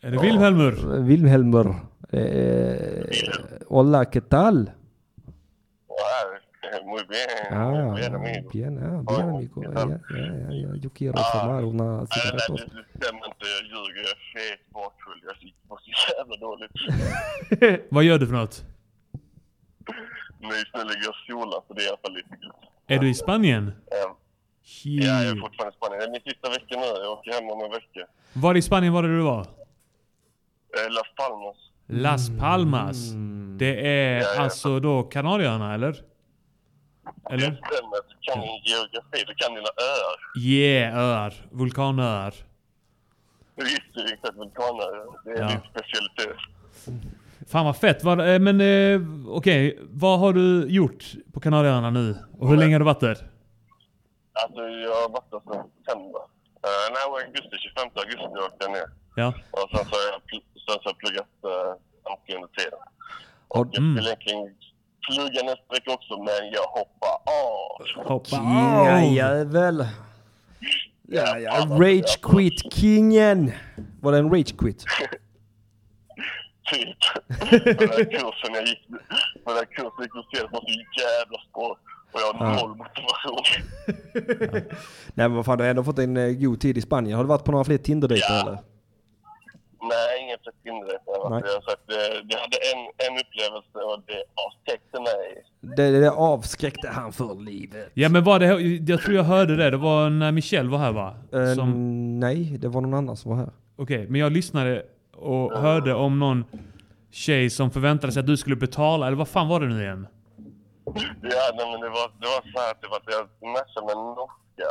Speaker 4: Är det Wilhelmur?
Speaker 3: Wilhelmer. Eh, hola, que tal?
Speaker 6: Muy bien,
Speaker 3: Ah, bien, ah, bien amigo. Ja, ja, ja, ja, yo quiero fumar una cigarrettos.
Speaker 8: ah,
Speaker 6: det stämmer inte, jag ljuger. Jag är fet bakfull, jag mår så jävla dåligt.
Speaker 4: Vad gör du för något?
Speaker 6: Men just nu ligger jag och solar, så det är i alla fall lite gött.
Speaker 4: Är du i Spanien?
Speaker 6: Ehm, Ja, jag är fortfarande i Spanien. Det är min sista vecka nu. Jag åker hem om en vecka.
Speaker 4: Var i Spanien var det du var?
Speaker 6: Eh, Las Palmas.
Speaker 4: Las Palmas. Det är
Speaker 6: ja.
Speaker 4: alltså då Kanarieöarna, eller?
Speaker 6: Det
Speaker 4: Eller?
Speaker 6: stämmer. Du kan din geografi. Du kan dina öar.
Speaker 4: Jeöar. Vulkanöar.
Speaker 6: Visst, det är exakt vulkaner. Det är
Speaker 4: Ja.
Speaker 6: din specialitet.
Speaker 4: Fan vad fett. Var, eh, men eh, okej, vad har du gjort på Kanarieöarna nu? Och hur länge har du varit där?
Speaker 6: Alltså, jag har varit där sedan september. Eh, nej, det var i augusti. 25 augusti åkte jag ner.
Speaker 4: Ja.
Speaker 6: Och sen så har jag, pl- sen så har jag pluggat uh, samtidigt under tiden.
Speaker 3: Har-
Speaker 4: Mm.
Speaker 6: Jag skulle egentligen plugga nästa vecka också, men jag hoppar
Speaker 11: Hoppa
Speaker 4: ah,
Speaker 3: Kinga
Speaker 11: av.
Speaker 3: jävel. Ja, ja. Rage quit kingen. Var det en rage quit?
Speaker 6: Typ. Den där kursen jag gick, den där kursen jag gick och skrev var så jävla svår. Och jag har
Speaker 3: Ja.
Speaker 6: noll motivation.
Speaker 3: Nej men vad fan, du har ändå fått en eh, god tid i Spanien. Har du varit på några fler Tinder-dejter eller?
Speaker 6: Nej, inga fler Tinder-dejter. Jag har
Speaker 3: Nej.
Speaker 6: varit- jag har sagt, eh, jag hade en, en upplevelse och det avskräckte mig.
Speaker 3: Det, det avskräckte han för livet.
Speaker 4: Ja men var det, jag tror jag hörde det, det var när Michelle var här va?
Speaker 3: Eh,
Speaker 4: Som-
Speaker 3: Nej, det var någon annan som var här.
Speaker 4: Okej, men jag lyssnade och hörde om någon tjej som förväntade sig att du skulle betala, eller vad fan var det nu igen? Mm.
Speaker 6: Ja, nej, men det var, det var så här typ att jag matchade med en norska.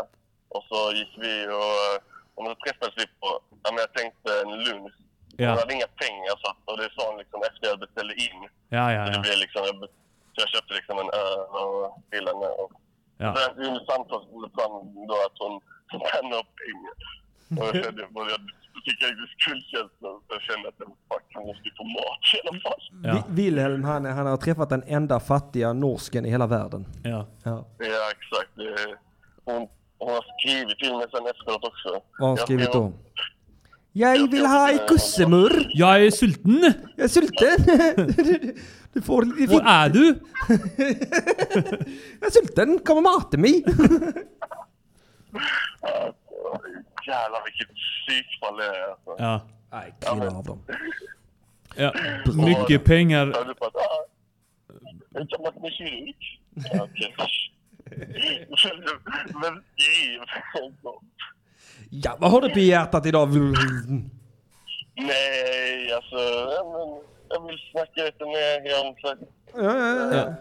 Speaker 6: Och så gick vi och, eh, och då träffades vi på, ja, men jag tänkte en lunch.
Speaker 4: Ja.
Speaker 6: Hon hade inga pengar så att, och det sa hon liksom efter jag beställde in.
Speaker 4: Ja, ja,
Speaker 6: Så det
Speaker 4: ja.
Speaker 6: blev liksom, jag, be- så jag köpte liksom en öl och till henne. Och,
Speaker 4: Ja.
Speaker 6: Sen under samtalet kom det fram då att hon hon hade några pengar. Och jag kände, och jag fick jag lite skuldkänsla. Så jag kände att jag fuck, jag måste ju få mat i alla fall.
Speaker 3: Vi, Wilhelm, han, han har träffat den enda fattiga norsken i hela världen.
Speaker 4: Ja.
Speaker 3: ja.
Speaker 6: Ja, exakt. Eh, Hon, hon har skrivit till mig sen efteråt också.
Speaker 3: Vad har han
Speaker 6: Jag
Speaker 3: skrivit
Speaker 6: skrev-
Speaker 3: då? Jag vill ha en kussemur.
Speaker 4: Jag är sulten.
Speaker 3: Jag är sulten. Du får lite Var
Speaker 4: är du?
Speaker 3: Jag är sulten. Kom och mata mig.
Speaker 6: Jävlar vilket psykfall det är alltså.
Speaker 4: Ja.
Speaker 3: Nej,
Speaker 6: men-
Speaker 3: killar av dem.
Speaker 4: Ja,
Speaker 6: Bra.
Speaker 4: mycket pengar.
Speaker 6: Ja, du bara, ah, jag kan vara med kirurg. Ja, okej. Men skriv!
Speaker 3: Ja, vad har du på hjärtat idag?
Speaker 6: Nej, alltså. ja, men Jag vill snacka lite mer om... så-
Speaker 3: Ja, ja, ja.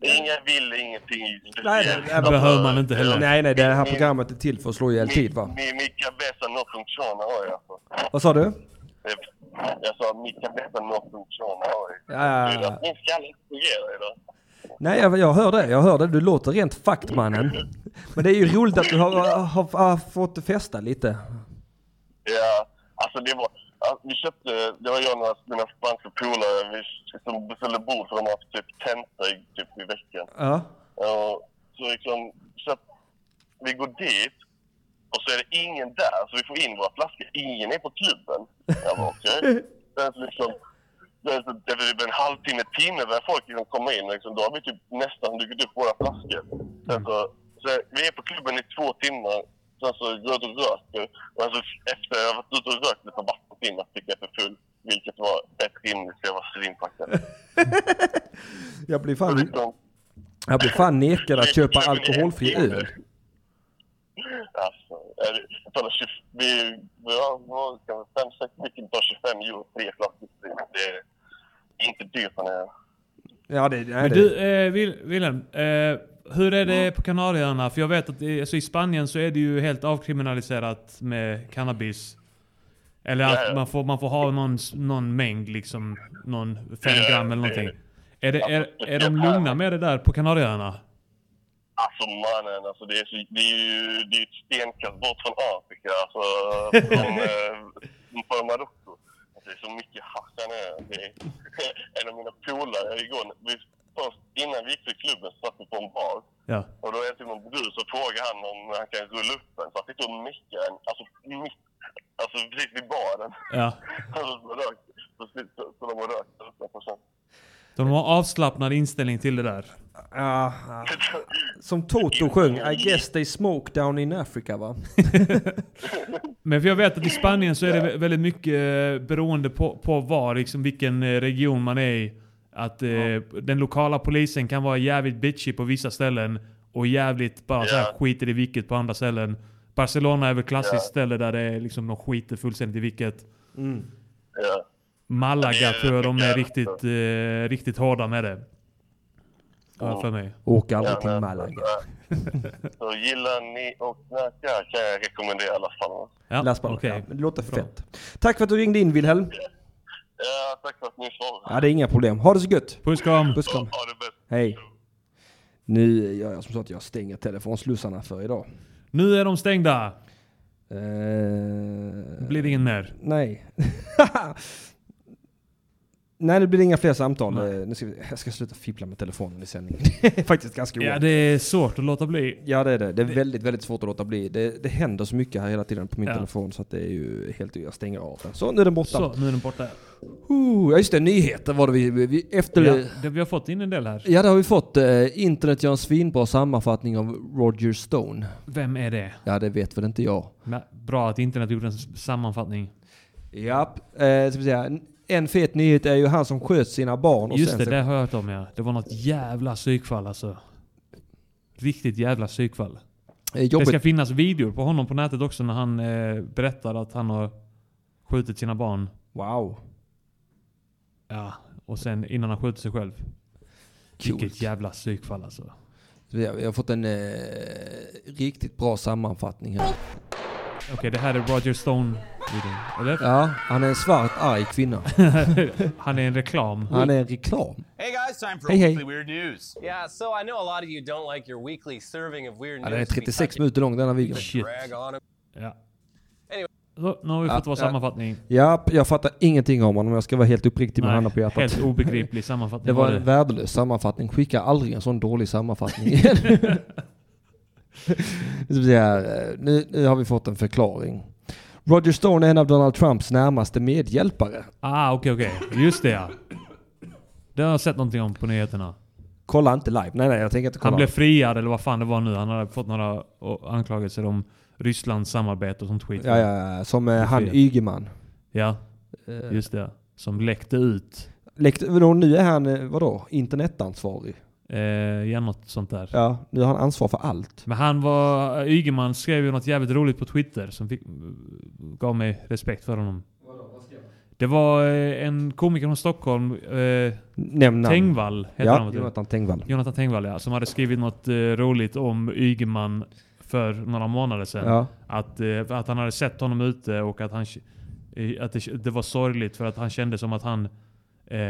Speaker 6: Inga vill ingenting
Speaker 3: Nej, nej,
Speaker 6: speciellt.
Speaker 3: nej. Nej, nej, det här programmet är till för att slå ihjäl tid va?
Speaker 6: Mi, mi cabeza no funciona hoy alltså.
Speaker 3: Vad sa du?
Speaker 6: Eh, Jag sa mi cabeza no funciona hoy.
Speaker 3: Ja.
Speaker 6: Du, att Min skalle inte fungerar idag.
Speaker 3: Nej, jag, jag hör det. Jag hör det. Du låter rent faktmannen. Men det är ju roligt att du har, har, har fått festa lite.
Speaker 6: Ja, alltså det var... Alltså, vi köpte, det var jag och några mina spanska polare, vi liksom beställde bord för de har haft typ tenta i, typ, i veckan.
Speaker 3: Ja.
Speaker 6: Och så liksom, så att vi går dit och så är det ingen där, så vi får in våra flaskor. Ingen är på klubben. Jag bara okej. Sen så liksom, sen så efter typ en halvtimme, timme börjar folk liksom komma in och liksom, då har vi typ nästan druckit upp våra flaskor. Sen så, så vi är på klubben i två timmar. Sen så går jag ut och röker. Och sen så efter jag har varit ute och rökt lite vattenpinnar fick jag för full. Vilket var ett rimligt, för jag var svinpackad.
Speaker 3: Jag blir fan... Jag blir fan nekad att köpa alkoholfri öl.
Speaker 6: Alltså, är det- jag betalar 20, vi, ja, vad kan vi, 5-6 stycken tar 25 euro tre flaskor sprit. Det är inte dyrt men eh,
Speaker 3: Ja, det, nej,
Speaker 4: Men
Speaker 3: det.
Speaker 4: du, eh, Wil- Wilhelm. Eh, hur är det på Kanarieöarna? För jag vet att i, alltså, i Spanien så är det ju helt avkriminaliserat med cannabis. Eller
Speaker 6: Ja,
Speaker 4: att
Speaker 6: ja.
Speaker 4: man får, man får ha någon, s- någon mängd liksom. Någon fem
Speaker 6: Ja, ja,
Speaker 4: gram eller
Speaker 6: det-
Speaker 4: någonting. Är, det, är, är de lugna med det där på Kanarieöarna?
Speaker 6: Alltså mannen, alltså det är, så, det är ju det är ett stenkast bort från Afrika, alltså från, eh, från Marocko. Alltså, det är så mycket hasch här nere. Det är, en av mina polare igår, vi, först innan vi gick till klubben satt vi på en bar.
Speaker 4: Ja.
Speaker 6: Och då är det typ någon brud så frågar han om han kan rulla upp en. Så han sitter och mickar en, alltså mitt, alltså precis vid baren.
Speaker 4: Ja.
Speaker 6: Alltså, så, rökt, så, så, så de har rökt utanför sen.
Speaker 4: De har avslappnad inställning till det där.
Speaker 3: Ja, ja. som Toto sjöng, I guess they smoke down in Africa va?
Speaker 4: Men för jag vet att i Spanien så är det vä- väldigt mycket eh, beroende på, på var, liksom vilken eh, region man är i. Att eh, den lokala polisen kan vara jävligt bitchy på vissa ställen och jävligt bara så här skiter i vilket på andra ställen. Barcelona är väl klassiskt ställe där det är liksom de skiter fullständigt i vilket.
Speaker 3: Mm.
Speaker 6: Ja.
Speaker 4: Malaga tror jag de är riktigt, eh, riktigt hårda med det. Har jag för mig.
Speaker 3: Åk aldrig till Malaga.
Speaker 6: Så gillar ni att knarka kan jag rekommendera i alla fall.
Speaker 4: Ja,
Speaker 3: Lassbar, ja. Men Det låter fett. Tack för att du ringde in Wilhelm.
Speaker 6: Ja, tack för att ni svarade.
Speaker 3: Ja, det är inga problem. Ha det så gött.
Speaker 4: Puss kram.
Speaker 3: Puss kram. Hej. Nu gör jag som så att jag stänger telefonslussarna för idag.
Speaker 4: Nu är de stängda.
Speaker 3: Eh,
Speaker 4: Blir det ingen mer?
Speaker 3: Nej. Nej, det blir inga fler samtal. Eh, Nu ska vi, jag ska sluta fippla med telefonen i sändningen. Det är faktiskt ganska
Speaker 4: Ja,
Speaker 3: ovanligt.
Speaker 4: det är svårt att låta bli.
Speaker 3: Ja det är det. Det är väldigt, väldigt svårt att låta bli. Det, det händer så mycket här hela tiden på min
Speaker 4: Ja.
Speaker 3: telefon så att det är ju helt... Jag stänger av den. Så, nu är den borta.
Speaker 4: Så, nu är den borta.
Speaker 3: Oh, ja just det, nyheter var det vi... vi- vi efter...
Speaker 4: Ja,
Speaker 3: Ja.
Speaker 4: det, vi har fått in en del här.
Speaker 3: det har vi fått. Eh, internet gör en svinbra sammanfattning av Roger Stone.
Speaker 4: Vem är det?
Speaker 3: Ja, det vet väl inte jag.
Speaker 4: Men Bra att internet gjorde en s- sammanfattning.
Speaker 3: Japp. Eh, ska vi säga. En fet nyhet är ju han som sköt sina barn. Och
Speaker 4: Just
Speaker 3: sen
Speaker 4: det,
Speaker 3: så-
Speaker 4: det har jag hört om ja. Det var något jävla psykfall alltså. Riktigt jävla psykfall.
Speaker 3: Eh,
Speaker 4: Det
Speaker 3: jobbigt.
Speaker 4: ska finnas videor på honom på nätet också när han eh, berättar att han har skjutit sina barn.
Speaker 3: Wow.
Speaker 4: Ja, och sen innan han skjuter sig själv. Vilket jävla psykfall alltså.
Speaker 3: Vi har, vi har fått en eh, riktigt bra sammanfattning här.
Speaker 4: Okej, det här är Roger Stone-videon. Eller?
Speaker 3: Ja, han är en svart arg kvinna.
Speaker 4: han är en reklam.
Speaker 3: han är en reklam.
Speaker 12: Hey guys, time for
Speaker 3: Hey, hey.
Speaker 12: Weekly Weird News. Yeah, so I know a lot of you don't like your weekly serving of weird
Speaker 3: Ja,
Speaker 12: news.
Speaker 3: den är 36 minuter lång denna videon.
Speaker 12: Drag on it.
Speaker 4: Ja.
Speaker 12: Anyway.
Speaker 4: Så, nu har vi fått vår sammanfattning.
Speaker 3: Ja, jag fattar ingenting om honom om jag ska vara helt uppriktig Typ med
Speaker 4: Nej,
Speaker 3: handen på hjärtat.
Speaker 4: helt obegriplig sammanfattning
Speaker 3: Det var
Speaker 4: var det.
Speaker 3: en värdelös sammanfattning. Skicka aldrig en sån dålig sammanfattning igen. Det vill säga, eh, nu, nu har vi fått en förklaring. Roger Stone är en av Donald Trumps närmaste medhjälpare.
Speaker 4: Ah, okej, okej. Just det ja. Det har jag sett någonting om på nyheterna.
Speaker 3: Kolla inte live. Nej, nej, jag tänker inte kolla.
Speaker 4: Han blev friad eller vad fan det var nu. Han hade fått några å, anklagelser om Rysslands samarbete och sånt skit.
Speaker 3: Ja, ja, ja. Som eh,
Speaker 4: Blev
Speaker 3: han
Speaker 4: friad.
Speaker 3: Ygeman.
Speaker 4: Ja,
Speaker 3: Eh.
Speaker 4: just det. Som läckte ut.
Speaker 3: Läckte- vadå, Nu är han, eh, vadå, internetansvarig?
Speaker 4: Eh, ja, något sånt där.
Speaker 3: Ja, nu har han ansvar för allt.
Speaker 4: Men han var... Ygeman skrev ju något jävligt roligt på Twitter som fick, gav mig respekt för honom. Det var eh, en komiker från Stockholm, eh,
Speaker 3: Nämn namn.
Speaker 4: Tengvall heter
Speaker 3: Ja,
Speaker 4: han, vet du?
Speaker 3: Jonathan Tengvall.
Speaker 4: Jonathan Tengvall ja, som hade skrivit något eh, roligt om Ygeman för några månader sedan.
Speaker 3: Ja.
Speaker 4: Att, eh, att han hade sett honom ute och att, han, eh, att det, det var sorgligt för att han kände som att han eh,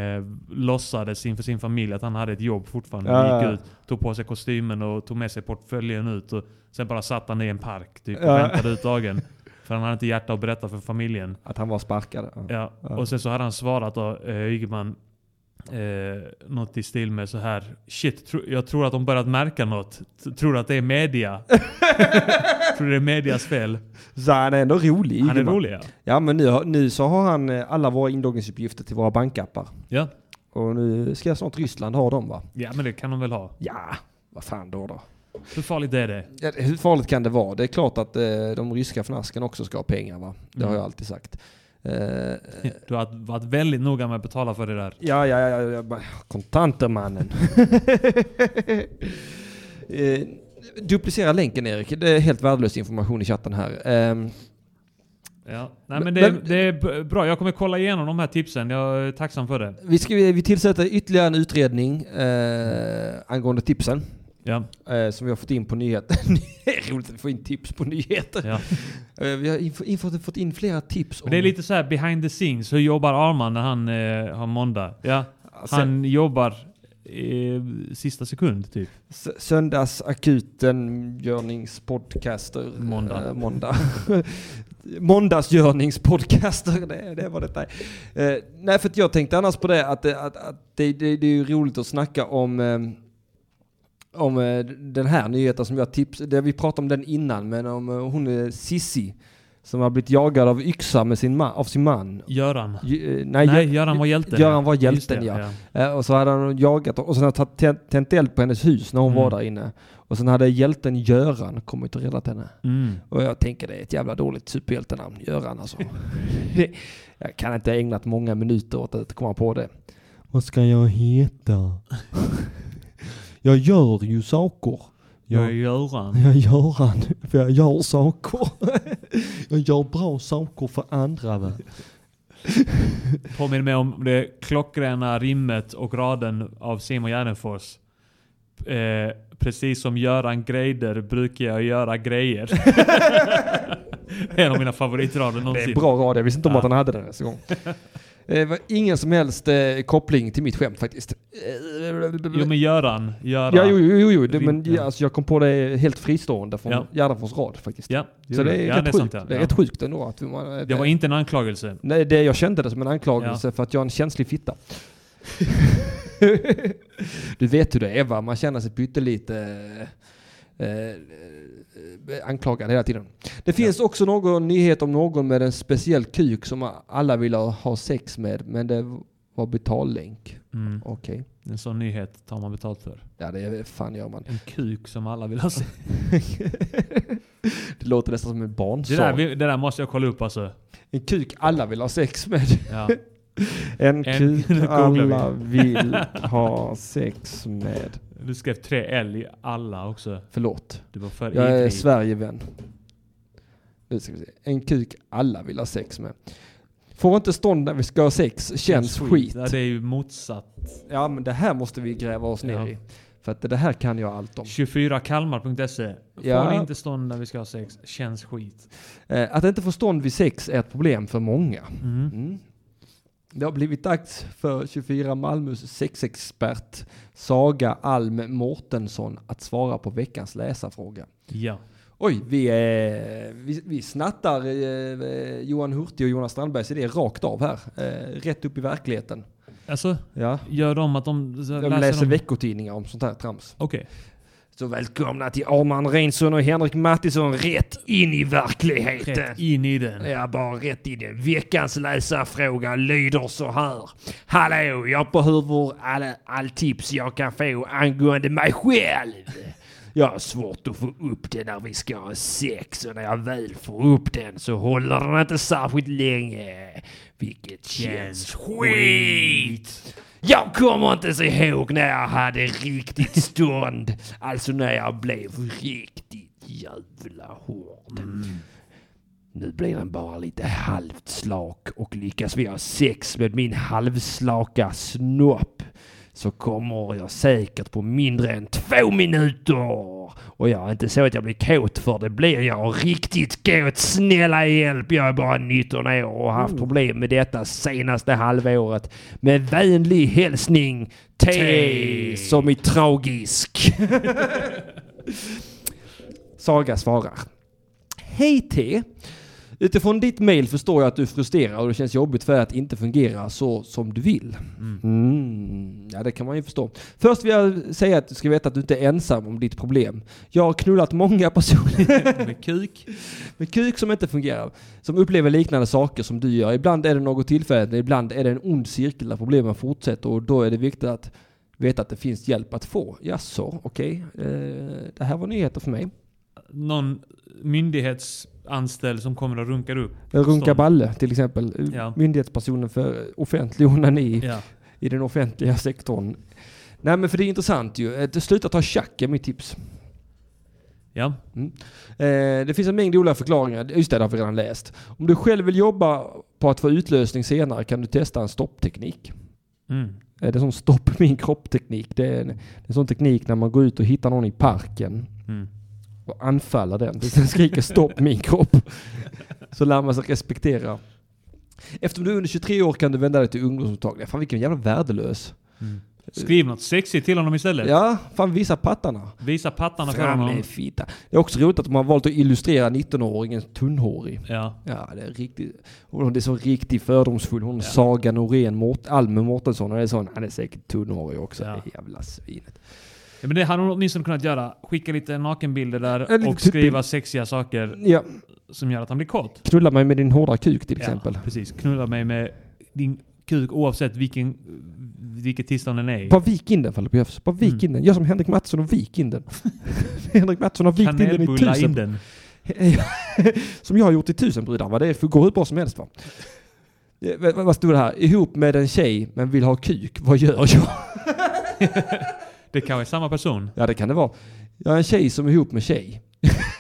Speaker 4: låtsades inför sin familj att han hade ett jobb fortfarande.
Speaker 3: Ja, ja,
Speaker 4: Han
Speaker 3: ja.
Speaker 4: gick ut, tog på sig kostymen och tog med sig portföljen ut. Och sen bara satt han i en park typ, och
Speaker 3: Ja.
Speaker 4: väntade ut dagen. För han hade inte hjärta att berätta för familjen.
Speaker 3: Att han var sparkad. Ja.
Speaker 4: Ja, och sen så hade han svarat då, eh, Ygeman, eh, något i stil med så här Shit, tro, jag tror att de börjat märka något. T- tror att det är media. tror det är medias fel.
Speaker 3: Så han är ändå rolig.
Speaker 4: Han är
Speaker 3: Ygeman.
Speaker 4: rolig, ja.
Speaker 3: Ja, men nu, har- nu så har han eh, alla våra inloggningsuppgifter till våra bankappar.
Speaker 4: Ja.
Speaker 3: Och nu ska snart Ryssland ha dem va?
Speaker 4: Ja men det kan de väl ha.
Speaker 3: Ja, vad fan då då?
Speaker 4: Hur farligt är det?
Speaker 3: Ja, Hur farligt kan det vara? Det är klart att eh, de ryska fnasken också ska ha pengar va? Det har
Speaker 4: Mm.
Speaker 3: jag alltid sagt. Eh,
Speaker 4: Du har varit väldigt noga med att betala för det där.
Speaker 3: Ja, ja, ja, ja, ja. bara- Kontanter mannen. eh, duplicera länken Erik. Det är helt värdelös information i chatten här. Ehm,
Speaker 4: Ja. Nej men
Speaker 3: Men-
Speaker 4: det,
Speaker 3: men-
Speaker 4: det är b- bra. Jag kommer kolla igenom de här tipsen. Jag är tacksam för det.
Speaker 3: vi, ska, vi tillsätter ytterligare en utredning eh, angående tipsen.
Speaker 4: Ja.
Speaker 3: Eh, som vi har fått in på nyheter. det är roligt att få in tips på nyheter.
Speaker 4: Ja.
Speaker 3: Eh, vi har inf- infört, fått in flera tips.
Speaker 4: Men det är lite så här behind the scenes. Hur jobbar Arman när han eh, har måndag? Ja.
Speaker 3: Alltså-
Speaker 4: Han jobbar eh, sista sekund typ.
Speaker 3: S- Söndagsakuten görningspodcaster.
Speaker 4: Måndag.
Speaker 3: Eh, måndag. Måndagsgörningspodcaster, det, det var detta. Eh, nej, för att jag tänkte annars på det att, det- att, att det, det, det är ju roligt att snacka om, eh, om eh, den här nyheten som jag tipsade, det vi pratade om den innan, men om eh, hon är Sissi som har blivit jagad av yxa med sin ma- av sin man.
Speaker 4: Göran.
Speaker 3: Ju- eh,
Speaker 4: Nej,
Speaker 3: Gö-
Speaker 4: Göran var hjälten.
Speaker 3: Göran var
Speaker 4: Just
Speaker 3: hjälten,
Speaker 4: det,
Speaker 3: ja. Eh, Och så hade han jagat och sen hade han tänt- tänt eld på hennes hus när hon
Speaker 4: Mm.
Speaker 3: var där inne. Och sen hade hjälten Göran kommit och räddat henne.
Speaker 4: Mm.
Speaker 3: Och jag tänker det är ett jävla dåligt superhjältenamn, Göran alltså. Det- jag kan inte ha ägnat många minuter åt att komma på det. Vad ska jag heta? jag gör ju saker.
Speaker 4: Jag är Göran.
Speaker 3: Jag gör han, för jag gör saker. jag gör bra saker för andra. Va?
Speaker 4: Påminner mig om det klockrena rimmet och raden av Simon Gärdenfors. Eh, precis som Göran Greider brukar jag göra grejer. en av mina favoritrader någonsin.
Speaker 3: Bra rad, jag visste inte om
Speaker 4: Ja.
Speaker 3: att han hade den ens en gång. Eh, Det var ingen som helst eh, koppling till mitt skämt faktiskt. Eh,
Speaker 4: Jo men Göran. Göran.
Speaker 3: Ja, jo, jo, jo, jo. Det, men
Speaker 4: Vinter.
Speaker 3: ja, alltså, jag kom på det helt fristående från
Speaker 4: Ja.
Speaker 3: Gärdenfors rad faktiskt.
Speaker 4: Ja,
Speaker 3: Så det är,
Speaker 4: ja,
Speaker 3: rätt,
Speaker 4: det är sant,
Speaker 3: sjukt.
Speaker 4: ja.
Speaker 3: det är
Speaker 4: Ja.
Speaker 3: rätt sjukt ändå. Att man,
Speaker 4: Det var inte en anklagelse.
Speaker 3: Nej, det, jag kände det som en anklagelse för att jag är en känslig fitta. du vet hur det är va? Man känner sig pyttelite eh, eh, anklagad hela tiden. Det finns också någon nyhet om någon med en speciell kuk som alla ville ha sex med, men det var betallänk.
Speaker 4: Mm.
Speaker 3: Okej.
Speaker 4: En sån nyhet tar man betalt för.
Speaker 3: Ja, det är, fan gör man.
Speaker 4: En kuk som alla vill ha se.
Speaker 3: Det låter nästan som en
Speaker 4: det,
Speaker 3: barnsaga.
Speaker 4: där, vill- det där måste jag kolla upp alltså.
Speaker 3: En kuk alla vill ha sex med.
Speaker 4: Ja.
Speaker 3: En
Speaker 4: En-
Speaker 3: kuk
Speaker 4: nu googlar vi.
Speaker 3: alla vill ha sex med.
Speaker 4: Du skrev tre L i alla också.
Speaker 3: Förlåt.
Speaker 4: Du var för
Speaker 3: Jag är
Speaker 4: ivrig.
Speaker 3: Sverigevän. Nu ska vi se. En kuk alla vill ha sex med. Får inte stånd när vi ska ha sex känns, skit.
Speaker 4: Ja, det är ju motsatt.
Speaker 3: Ja men det här måste vi gräva oss ner
Speaker 4: Ja.
Speaker 3: i. För att det här kan jag allt om.
Speaker 4: 24kalmar.se. Får
Speaker 3: Ja.
Speaker 4: ni inte stånd när vi ska ha sex, känns skit.
Speaker 3: Eh, Att inte få stånd vid sex är ett problem för många.
Speaker 4: Mm.
Speaker 3: Det har blivit dags för 24 Malmös sexexpert Saga Alm Mårtensson att svara på veckans läsarfråga.
Speaker 4: Ja.
Speaker 3: Oj, vi, eh, vi, vi snattar eh, Johan Hurtig och Jonas Strandbergs idé rakt av här. Eh, rätt upp i verkligheten.
Speaker 4: Alltså,
Speaker 3: Ja.
Speaker 4: gör de att de...
Speaker 3: De läser veckotidningar om sånt här trams.
Speaker 4: Okej.
Speaker 3: Så välkomna till Arman Reinsson och Henrik Mattisson rätt in i verkligheten.
Speaker 10: Rätt
Speaker 4: in i den.
Speaker 3: Ja, bara rätt in i den. Veckans läsarfråga lyder så här. Hallå, jag behöver all, all tips jag kan få angående mig själv. Jag har svårt att få upp det när vi ska ha sex och när jag väl får upp den så håller den inte särskilt länge. Vilket känns skit. Jag kommer inte ens ihåg när jag hade riktigt stånd. Alltså när jag blev riktigt jävla hård. Nu blir den bara lite halvt slak och lyckas vi ha sex med min halvslaka snopp så kommer jag säkert på mindre än två minuter. Och jag är inte så att jag blir kåt för det blir jag riktigt kåt. Snälla hjälp, jag är bara 19 år och har haft problem med detta senaste halvåret. Med vänlig hälsning T,
Speaker 10: T.
Speaker 3: som är tragisk. Saga svarar. Hej T! Utifrån ditt mail förstår jag att du är frustrerad och det känns jobbigt för dig att inte fungera så som du vill. Mm. Ja, det kan man ju förstå. Först vill jag säga att du ska veta att du inte är ensam om ditt problem. Jag har knullat många personer.
Speaker 4: Med kuk?
Speaker 3: Med kuk som inte fungerar. Som upplever liknande saker som du gör. Ibland är det något tillfälle, ibland är det en ond cirkel där problemen fortsätter och då är det viktigt att veta att det finns hjälp att få. Jaså, okej. Eh, det här var nyheter för mig.
Speaker 4: Någon myndighetsanställd som kommer och runkar upp.
Speaker 3: Runka
Speaker 4: stånd.
Speaker 3: Balle till exempel.
Speaker 4: Ja.
Speaker 3: Myndighetspersonen för offentlig onani
Speaker 4: Ja.
Speaker 3: i den offentliga sektorn. Nej men för det är intressant ju. Eh, Sluta ta tjack är mitt tips.
Speaker 4: Ja.
Speaker 3: Mm. Eh, det finns en mängd olika förklaringar. Just det, det har vi redan läst. Om du själv vill jobba på att få utlösning senare kan du testa en stoppteknik.
Speaker 4: Mm.
Speaker 3: Eh, det är som stopp min kropp-teknik. Det är en, det är en sån teknik när man går ut och hittar någon i parken
Speaker 4: Mm.
Speaker 3: och anfaller den. tills Den skriker stopp min kropp. Så lär man sig respektera. Eftersom du är under 23 år kan du vända dig till ungdomsmottagningen. Fan vilken jävla värdelös.
Speaker 4: Skriv något sexigt till honom istället.
Speaker 3: Ja, fan visa pattarna.
Speaker 4: Visa pattarna för
Speaker 3: Fram
Speaker 4: honom.
Speaker 3: med fitta. Det är också roligt att de har valt att illustrera 19-åringen tunnhårig.
Speaker 4: Ja.
Speaker 3: Ja, det är riktigt. Hon är så riktigt fördomsfull. Hon Saga Norén, Mort, Alme Mårtensson. Hon är sån, han är säkert tunnhårig också. Det jävla svinet.
Speaker 4: Ja, men det hade hon åtminstone kunnat göra. Skicka lite nakenbilder
Speaker 3: Ja, lite
Speaker 4: där och
Speaker 3: typ-
Speaker 4: skriva sexiga saker
Speaker 3: Ja.
Speaker 4: som gör att han blir kåt.
Speaker 3: Knulla mig med din hårda kuk till exempel.
Speaker 4: Ja, precis. Knulla mig med din kuk oavsett vilken, vilket tillstånd den är i.
Speaker 3: Bara vik in den ifall det behövs. Bara vik
Speaker 4: Mm.
Speaker 3: in den. Gör som Henrik Mattsson och vik in den. Henrik Mattsson har vikt in den i
Speaker 4: Kanelbulla
Speaker 3: tusen...
Speaker 4: in den.
Speaker 3: som jag har gjort i tusen brudar. Va? Det går hur bra som helst va? Eh, vad- Vad stod det här? Ihop med en tjej men vill ha kuk. Vad gör jag?
Speaker 4: Det kanske är samma person.
Speaker 3: Ja, det kan det vara. Jag är en tjej som är ihop med tjej.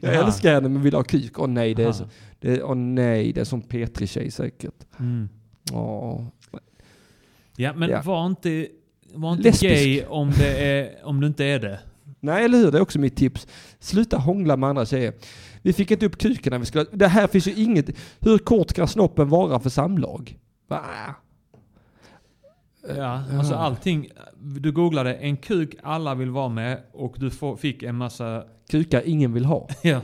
Speaker 3: jag
Speaker 4: Aha.
Speaker 3: älskar henne men vill ha kuk. Åh nej, det är
Speaker 4: Aha.
Speaker 3: så, det, är- åh nej, det är som Petri tjej säkert.
Speaker 4: Mm.
Speaker 3: Åh.
Speaker 4: Ja, men
Speaker 3: Ja.
Speaker 4: var inte, var inte
Speaker 3: Lesbisk.
Speaker 4: gay om, det är, om du inte är det.
Speaker 3: Nej, eller hur? Det är också mitt tips. Sluta hångla med andra tjejer. Vi fick inte upp kuken när vi skulle... Det här finns ju inget... Hur kort kan snoppen vara för samlag? Va? Eh,
Speaker 4: Ja, alltså allting. Du googlade en kuk alla vill vara med och du får, fick en massa...
Speaker 3: Kukar ingen vill ha.
Speaker 4: Ja.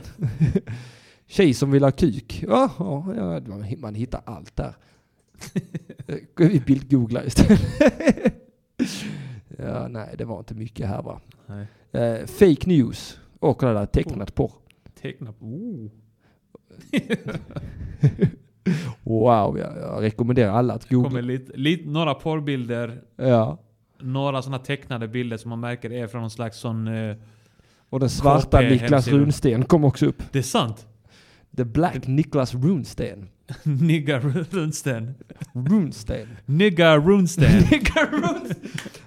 Speaker 3: Tjej som vill ha kuk. Ja, ja, ja, man hi- man hittar allt där. Vi bildgooglar istället. ja, nej, det var inte mycket här va.
Speaker 4: Nej.
Speaker 3: Eh, fake news. Och kolla där, tecknat porr.
Speaker 4: Teckna på... Oh.
Speaker 3: Wow, jag, jag rekommenderar alla att
Speaker 4: Det
Speaker 3: googla.
Speaker 4: kommer lite, lite, några porrbilder.
Speaker 3: Ja.
Speaker 4: Några sådana tecknade bilder som man märker är från någon slags sån... Eh,
Speaker 3: Och den svarta
Speaker 4: KP
Speaker 3: Niklas
Speaker 4: hemsida.
Speaker 3: Runsten kom också upp.
Speaker 4: Det är sant.
Speaker 3: The Black Niklas Runsten.
Speaker 4: Nigga Runsten.
Speaker 3: Runsten.
Speaker 4: Nigga Runsten.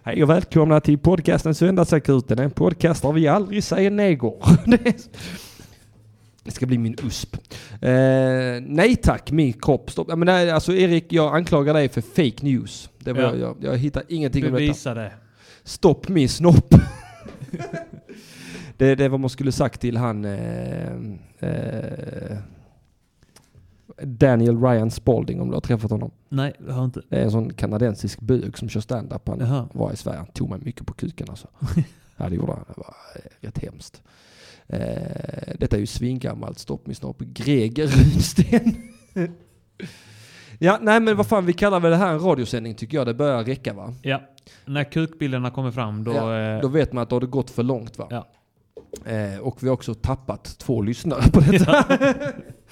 Speaker 3: Hej och välkomna till podcasten Söndagsakuten. En podcast där vi aldrig säger negor. Det är- Det ska bli min USP. Eh, nej tack, min kropp. Stopp. Ja, Men nej, alltså Erik, jag anklagar dig för fake news. Det var
Speaker 4: Ja.
Speaker 3: jag, jag hittar ingenting om detta.
Speaker 4: Bevisa det.
Speaker 3: Stopp min snopp. det, det var man skulle sagt till han eh, eh, Daniel Ryan Spalding om du har träffat honom.
Speaker 4: Nej, det har jag inte.
Speaker 3: Det är en sån kanadensisk bög som kör stand-up. Han
Speaker 4: Jaha.
Speaker 3: var i Sverige. Han tog mig mycket på kuken alltså. ja, det gjorde han. Det var eh, rätt hemskt. Eh, detta är ju svingammalt. Stopp min snopp. Greger Runsten. ja, nej men vad fan. Vi kallar väl det här en radiosändning tycker jag. Det börjar räcka va?
Speaker 4: Ja. När kukbilderna kommer fram då...
Speaker 3: ja,
Speaker 4: eh,
Speaker 3: då vet man att det har gått för långt va?
Speaker 4: Ja.
Speaker 3: Eh, och vi har också tappat två lyssnare på detta.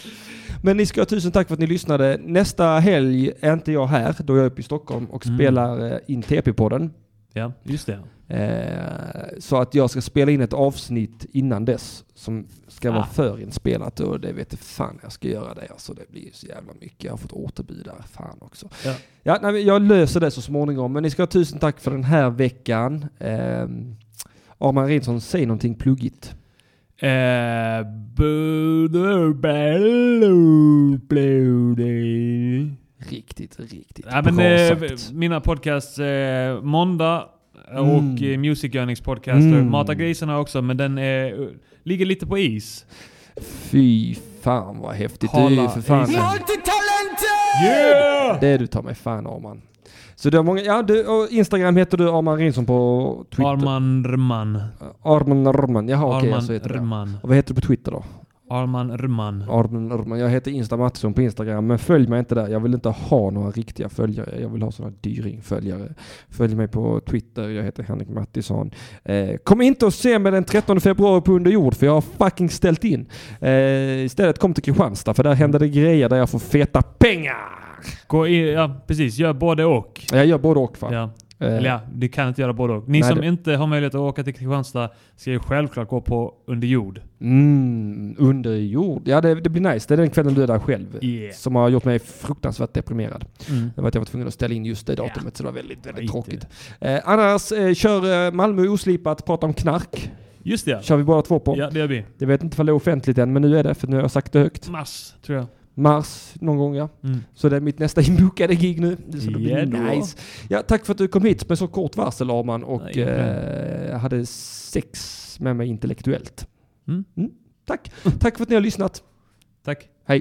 Speaker 3: Men ni ska ha tusen tack för att ni lyssnade. Nästa helg är inte jag här, då är jag uppe i Stockholm och
Speaker 4: Mm.
Speaker 3: spelar eh, in TP-podden.
Speaker 4: ja, just det.
Speaker 3: Eh, så att jag ska spela in ett avsnitt innan dess som ska vara
Speaker 4: Ah.
Speaker 3: förinspelat och det vet jag fan jag ska göra det. Alltså det blir ju så jävla mycket. Jag har fått återbud där fan också.
Speaker 4: Ja.
Speaker 3: Ja, nej, men jag löser det så småningom. Men ni ska ha tusen tack för den här veckan. Eh, Arman Rinsson, säg någonting pluggigt.
Speaker 4: Eh, Buderbellblody.
Speaker 3: Riktigt, riktigt
Speaker 4: Ja, men,
Speaker 3: bra
Speaker 4: eh,
Speaker 3: sagt.
Speaker 4: mina podcasts eh, Måndag och
Speaker 3: Mm.
Speaker 4: eh, Music Yearnings podcaster.
Speaker 3: Mm.
Speaker 4: Mata grisarna också, men den eh, ligger lite på is.
Speaker 3: Fy fan vad häftigt. Du är ju
Speaker 4: Hala
Speaker 3: för fan...
Speaker 4: isen.
Speaker 3: Det är du tar mig fan Arman. Så du har många... Ja, du, och Instagram heter du Arman Rinsson på Twitter.
Speaker 4: Arman Rman.
Speaker 3: Arman Arman. Jaha okej,
Speaker 4: Arman
Speaker 3: så heter det.
Speaker 4: Rman.
Speaker 3: Och vad heter du på Twitter då?
Speaker 4: Arman Rman.
Speaker 3: Arman Arman. Jag heter Insta Mattsson på Instagram, men följ mig inte där. Jag vill inte ha några riktiga följare. Jag vill ha sådana dyringföljare. Följ mig på Twitter. Jag heter Henrik Mattisson. Eh, kom inte och se mig den 13 februari på Underjord, för jag har fucking ställt in. Eh, istället kom till Kristianstad, för där händer det grejer där jag får feta pengar.
Speaker 4: Gå i, ja, precis. Gör både och.
Speaker 3: Jag gör både och fan.
Speaker 4: Ja.
Speaker 3: Eh.
Speaker 4: Eller ja, du kan inte göra både och. Ni
Speaker 3: Nej,
Speaker 4: som
Speaker 3: det-
Speaker 4: inte har möjlighet att åka till Kristianstad ska ju självklart gå på Under jord.
Speaker 3: Mm, under jord. Ja, det, det blir nice. Det är den kvällen du är där själv.
Speaker 4: Yeah.
Speaker 3: Som har gjort mig fruktansvärt deprimerad.
Speaker 4: Mm.
Speaker 3: Det var att jag var tvungen att ställa in just det datumet, så det var väldigt, väldigt
Speaker 4: Skit i
Speaker 3: tråkigt. Eh, annars, eh, kör eh, Malmö oslipat, prata om knark.
Speaker 4: Just det ja.
Speaker 3: Kör vi båda två på.
Speaker 4: Ja, det gör vi.
Speaker 3: Jag vet inte om det är offentligt än, men nu är det, för nu har jag sagt det högt.
Speaker 4: Mars, tror jag.
Speaker 3: Mars, någon gång ja.
Speaker 4: Mm.
Speaker 3: Så det är mitt nästa inbokade gig nu. Så det blir
Speaker 4: Ja, då.
Speaker 3: nice. Ja, tack för att du kom hit med så kort varsel, Arman, och
Speaker 4: Nej, inte.
Speaker 3: eh, hade sex med mig intellektuellt.
Speaker 4: Mm.
Speaker 3: Tack! Tack för att ni har lyssnat.
Speaker 4: Tack.
Speaker 3: Hej!